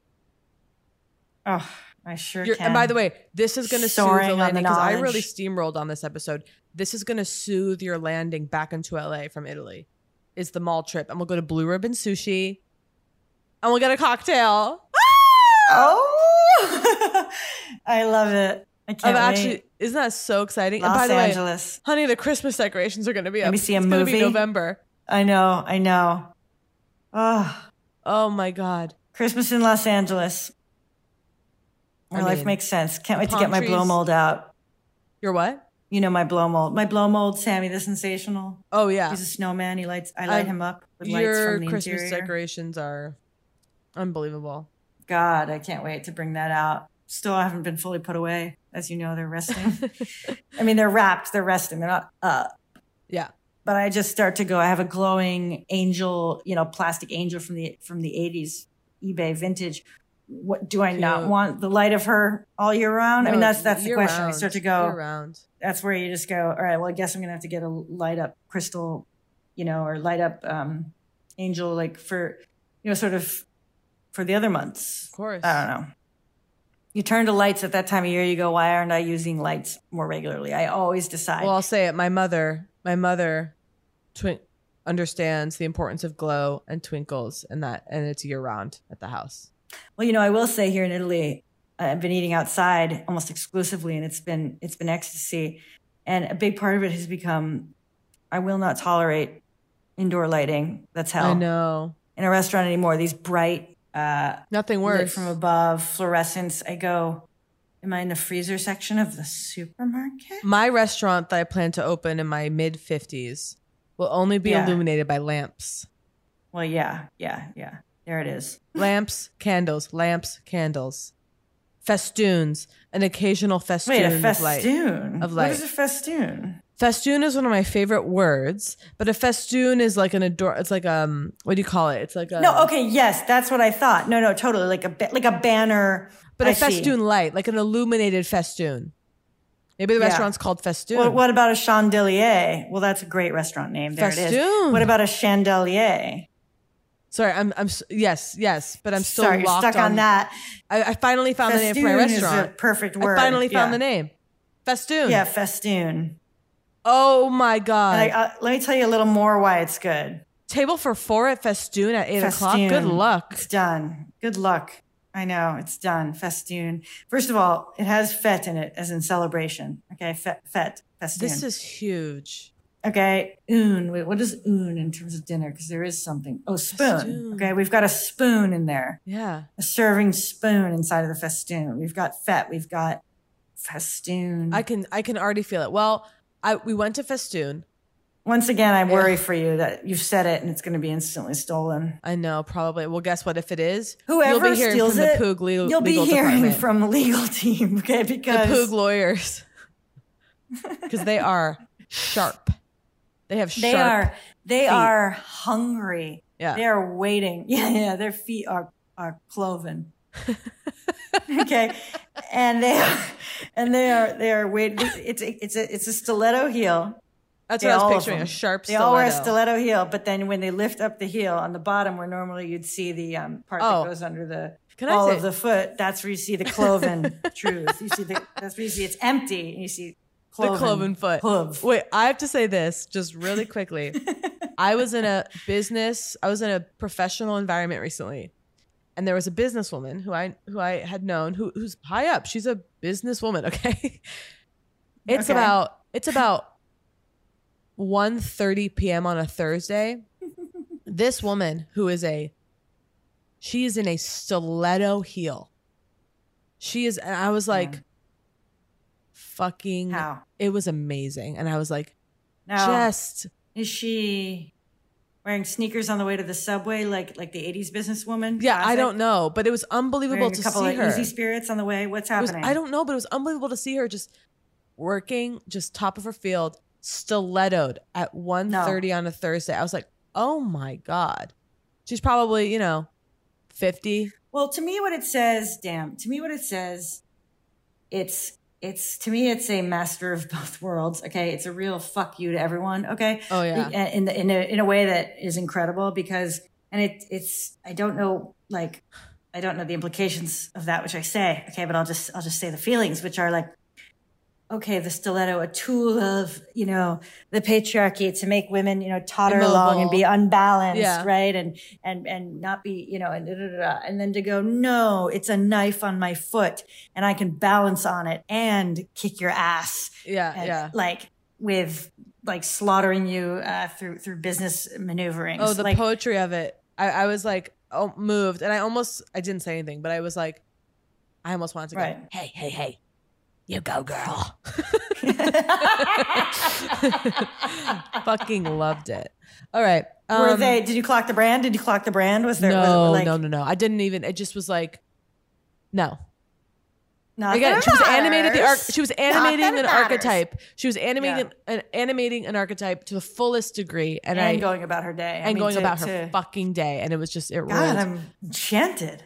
Speaker 5: Oh, I sure
Speaker 6: You're-
Speaker 5: can.
Speaker 6: And by the way, this is going to soothe
Speaker 5: Soaring
Speaker 6: the
Speaker 5: on
Speaker 6: landing
Speaker 5: the
Speaker 6: because I
Speaker 5: knowledge.
Speaker 6: really steamrolled on this episode. This is going to soothe your landing back into LA from Italy. Is the mall trip, and we'll go to Blue Ribbon Sushi, and we'll get a cocktail.
Speaker 5: Oh, Ah! [LAUGHS] I love it. I can't
Speaker 6: Of actually,
Speaker 5: wait.
Speaker 6: isn't that so exciting? and
Speaker 5: Los
Speaker 6: by the
Speaker 5: Angeles.
Speaker 6: way, honey, the Christmas decorations are going to be
Speaker 5: Let
Speaker 6: up.
Speaker 5: me see a
Speaker 6: It's gonna be
Speaker 5: movie.
Speaker 6: November.
Speaker 5: I know, I know. Oh,
Speaker 6: oh my God.
Speaker 5: Christmas in Los Angeles. My
Speaker 6: I
Speaker 5: life
Speaker 6: mean,
Speaker 5: makes sense. Can't
Speaker 6: the
Speaker 5: wait to
Speaker 6: palm
Speaker 5: get my blow
Speaker 6: trees.
Speaker 5: mold out.
Speaker 6: Your what?
Speaker 5: You know my blow mold. My blow mold, Sammy the Sensational.
Speaker 6: Oh yeah.
Speaker 5: He's a snowman. He lights I light
Speaker 6: Um,
Speaker 5: him up with lights
Speaker 6: your
Speaker 5: from the
Speaker 6: Christmas
Speaker 5: interior.
Speaker 6: decorations are unbelievable.
Speaker 5: God, I can't wait to bring that out. Still haven't been fully put away. As you know, they're
Speaker 6: [LAUGHS]
Speaker 5: resting. I mean, they're wrapped, they're resting, they're not up.
Speaker 6: Yeah.
Speaker 5: But I just start to go. I have a glowing angel, you know, plastic angel from the from the eighties eBay vintage. What do I not
Speaker 6: Cute.
Speaker 5: want the light of her all year round? I mean,
Speaker 6: No,
Speaker 5: that's that's the
Speaker 6: year
Speaker 5: question. I
Speaker 6: round,
Speaker 5: start to go
Speaker 6: year round.
Speaker 5: That's where you just go. All right. Well, I guess I'm gonna have to get a light up crystal, you know, or light up um, angel, like for you know, sort of for the other months. Of
Speaker 6: course.
Speaker 5: I don't know. You turn to lights at that time of year. You go, why aren't I using lights more regularly? I always decide.
Speaker 6: Well, I'll say it. My mother, my mother, twin understands the importance of glow and twinkles, and that, and it's year round at the house.
Speaker 5: Well, you know, I will say here in Italy, uh, I've been eating outside almost exclusively, and it's been it's been ecstasy. And a big part of it has become, I will not tolerate indoor lighting. That's hell.
Speaker 6: I know
Speaker 5: In a restaurant anymore, these bright, uh,
Speaker 6: nothing
Speaker 5: lit
Speaker 6: worse.
Speaker 5: from above fluorescence. I go, am I in the freezer section of the supermarket?
Speaker 6: my restaurant that I plan to open in my mid fifties will only be
Speaker 5: Yeah.
Speaker 6: illuminated by lamps,
Speaker 5: Well, yeah, yeah, yeah. There it is.
Speaker 6: lamps, candles, lamps, candles, festoons, an occasional festoon.
Speaker 5: Wait, a
Speaker 6: of light-
Speaker 5: festoon.
Speaker 6: Of light.
Speaker 5: What is a festoon?
Speaker 6: Festoon is one of my favorite words, but a festoon is like an ador. It's like um, what do you call it? It's like a
Speaker 5: No, okay, yes, that's what I thought. No, no, totally, like a ba- like a banner,
Speaker 6: But a
Speaker 5: a
Speaker 6: festoon light, like an illuminated festoon. Maybe the
Speaker 5: Yeah.
Speaker 6: restaurant's called Festoon.
Speaker 5: What, what about a chandelier? Well, that's a great restaurant name. There it
Speaker 6: Festoon.
Speaker 5: is. What about a chandelier?
Speaker 6: Sorry, I'm. I'm. s- Yes, yes, but I'm still
Speaker 5: Sorry, you're
Speaker 6: locked
Speaker 5: stuck on that.
Speaker 6: I, I finally found the name for my
Speaker 5: Festoon is a
Speaker 6: restaurant.
Speaker 5: perfect
Speaker 6: I
Speaker 5: word,
Speaker 6: finally found
Speaker 5: yeah.
Speaker 6: the name. Festoon.
Speaker 5: Yeah, festoon.
Speaker 6: Oh my god!
Speaker 5: And I- I- let me tell you a little more why it's good.
Speaker 6: Table for four at Festoon at eight o'clock. Good
Speaker 5: Festoon.
Speaker 6: luck.
Speaker 5: It's done. Good luck. I know it's done. Festoon. First of all, it has fete in it, as in celebration. Okay, fe- fete. Festoon.
Speaker 6: This is huge.
Speaker 5: Okay, un. Wait, what is un in terms of dinner? Because there is something. Oh, spoon.
Speaker 6: Festoon.
Speaker 5: Okay, we've got a spoon in there.
Speaker 6: Yeah.
Speaker 5: A serving spoon inside of the festoon. We've got fete. We've got festoon.
Speaker 6: I can. I can already feel it. Well, I we went to Festoon.
Speaker 5: Once again, I worry
Speaker 6: Ugh.
Speaker 5: for you that you've said it and it's going to be instantly stolen.
Speaker 6: I know, probably. Well, guess what? If it is,
Speaker 5: Whoever
Speaker 6: you'll be hearing
Speaker 5: steals
Speaker 6: from
Speaker 5: it,
Speaker 6: the Poog legal,
Speaker 5: you'll be
Speaker 6: legal
Speaker 5: hearing
Speaker 6: department.
Speaker 5: from the
Speaker 6: [LAUGHS]
Speaker 5: legal team. Okay, because
Speaker 6: the
Speaker 5: [LAUGHS]
Speaker 6: Poog lawyers, because they are sharp. They have sharp.
Speaker 5: They are they
Speaker 6: feet.
Speaker 5: are hungry.
Speaker 6: Yeah.
Speaker 5: They are waiting. [LAUGHS] Yeah, yeah. Their feet are are cloven. [LAUGHS] okay.
Speaker 6: [LAUGHS]
Speaker 5: [LAUGHS] And they are and they are they are waiting. It's a, it's a it's a stiletto heel.
Speaker 6: That's
Speaker 5: They
Speaker 6: what I
Speaker 5: all
Speaker 6: was
Speaker 5: of
Speaker 6: picturing. A
Speaker 5: them.
Speaker 6: sharp
Speaker 5: They all wear a
Speaker 6: stiletto.
Speaker 5: stiletto heel, but then when they lift up the heel on the bottom, where normally you'd see the um, part
Speaker 6: Oh.
Speaker 5: that goes under the
Speaker 6: Can I
Speaker 5: ball
Speaker 6: say-
Speaker 5: of the foot, that's where you see the
Speaker 6: [LAUGHS]
Speaker 5: cloven truth. You see the that's where you see it's empty, and you see cloven,
Speaker 6: the cloven foot.
Speaker 5: Clove.
Speaker 6: Wait, I have to say this just really
Speaker 5: [LAUGHS]
Speaker 6: quickly. I was in a business, I was in a professional environment recently, and there was a businesswoman who I who I had known who, who's high up. She's a businesswoman. [LAUGHS] Okay, it's
Speaker 5: Okay.
Speaker 6: about it's about 1.30 p.m. on
Speaker 5: [LAUGHS]
Speaker 6: a Thursday. this woman who is a she is in a stiletto heel. She is, and I was like, fucking, it was amazing. And I was like,
Speaker 5: Now,
Speaker 6: just
Speaker 5: is she wearing sneakers on the way to the subway, like like the '80s businesswoman?
Speaker 6: yeah, I
Speaker 5: Classic?
Speaker 6: don't know, but it was
Speaker 5: Wearing
Speaker 6: unbelievable to
Speaker 5: a couple
Speaker 6: see
Speaker 5: of
Speaker 6: her.
Speaker 5: Easy spirits on the way. What's
Speaker 6: It was-
Speaker 5: happening?
Speaker 6: I don't know, but it was unbelievable to see her just working, just top of her field, stilettoed at 1.30 on a Thursday. I was like, oh my God. She's probably, you know, 50.
Speaker 5: Well, to me, what it says, damn, to me, what it says, it's, it's, to me, it's a master of [LAUGHS] both worlds. Okay. It's a real fuck you to everyone. Okay.
Speaker 6: Oh, yeah.
Speaker 5: Be- uh, In, the, in, a, in a way that is incredible because, and it, it's, I don't know, like, I don't know the implications of that, which I say. Okay. But I'll just, I'll just say the feelings, which are like, okay, the stiletto, a tool of, you know, the patriarchy to make women, you know, totter along and be
Speaker 18: Immobile.
Speaker 5: unbalanced,
Speaker 18: Yeah.
Speaker 5: right? And and and not be, you know, and da, da, da, da. and then to go, no, it's a knife on my foot, and I can balance on it and kick your ass,
Speaker 6: Yeah,
Speaker 5: And,
Speaker 6: yeah.
Speaker 5: like with like slaughtering you uh, through through business maneuverings.
Speaker 6: Oh, the
Speaker 5: like,
Speaker 6: poetry of it. I, I was like oh, moved, and I almost I didn't say anything, but I was like, I almost wanted to go.
Speaker 5: Right.
Speaker 6: Hey, hey, hey, you go,
Speaker 5: [LAUGHS]
Speaker 6: girl. [LAUGHS] Fucking loved it. All right.
Speaker 5: were
Speaker 6: um,
Speaker 5: they? Did you clock the brand? Did you clock the brand? Was there? was it,
Speaker 6: no,
Speaker 5: like,
Speaker 6: no, no, no. I didn't even. It just was like, no.
Speaker 5: Not
Speaker 6: Again,
Speaker 5: that
Speaker 6: she was
Speaker 5: it
Speaker 6: animated the arc.
Speaker 5: matters.
Speaker 6: She was
Speaker 5: Not
Speaker 6: animating
Speaker 5: that it
Speaker 6: an
Speaker 5: matters.
Speaker 6: archetype. She was animating
Speaker 5: Yeah.
Speaker 6: an, an- animating an archetype to the fullest degree, and,
Speaker 5: And,
Speaker 6: I
Speaker 5: going about her day. I
Speaker 6: and
Speaker 5: mean,
Speaker 6: going
Speaker 5: to-
Speaker 6: about her
Speaker 5: to-
Speaker 6: fucking day, and it was just it.
Speaker 5: God,
Speaker 6: ruled.
Speaker 5: I'm enchanted.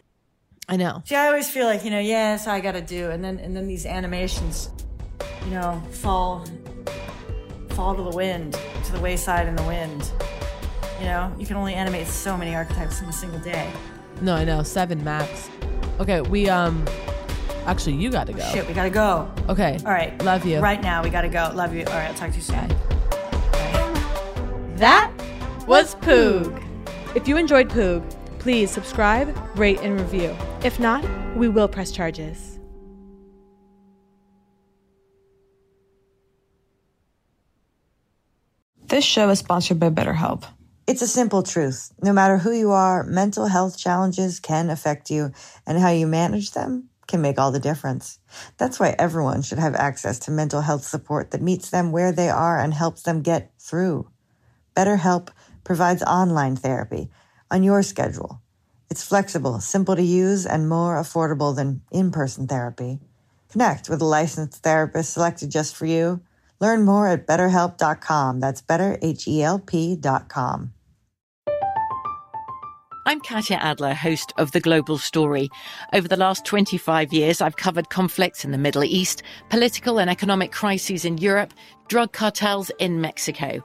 Speaker 6: I know.
Speaker 5: See, I always feel like you know, yes, I got to do, and then and then these animations, you know, fall fall to the wind, to the wayside in the wind. You know, you can only animate so many archetypes in a single day.
Speaker 6: No, I know. Seven max. Okay, we um actually you gotta go.
Speaker 5: Shit, we gotta go.
Speaker 6: Okay.
Speaker 5: All right.
Speaker 6: Love you.
Speaker 5: Right now, we gotta go. Love you. All right, I'll talk to you soon.
Speaker 19: That was Poog. If you enjoyed Poog, please subscribe, rate, and review. If not, we will press charges.
Speaker 20: This show is sponsored by BetterHelp.
Speaker 3: It's a simple truth. No matter who you are, mental health challenges can affect you, and how you manage them can make all the difference. That's why everyone should have access to mental health support that meets them where they are and helps them get through. BetterHelp provides online therapy on your schedule. It's flexible, simple to use, and more affordable than in person therapy. Connect with a licensed therapist selected just for you. Learn more at betterhelp.com. That's better, H E L P.com.
Speaker 21: I'm Katya Adler, host of The Global Story. Over the last 25 years, I've covered conflicts in the Middle East, political and economic crises in Europe, drug cartels in Mexico.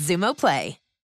Speaker 22: Zumo Play.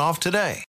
Speaker 23: off today.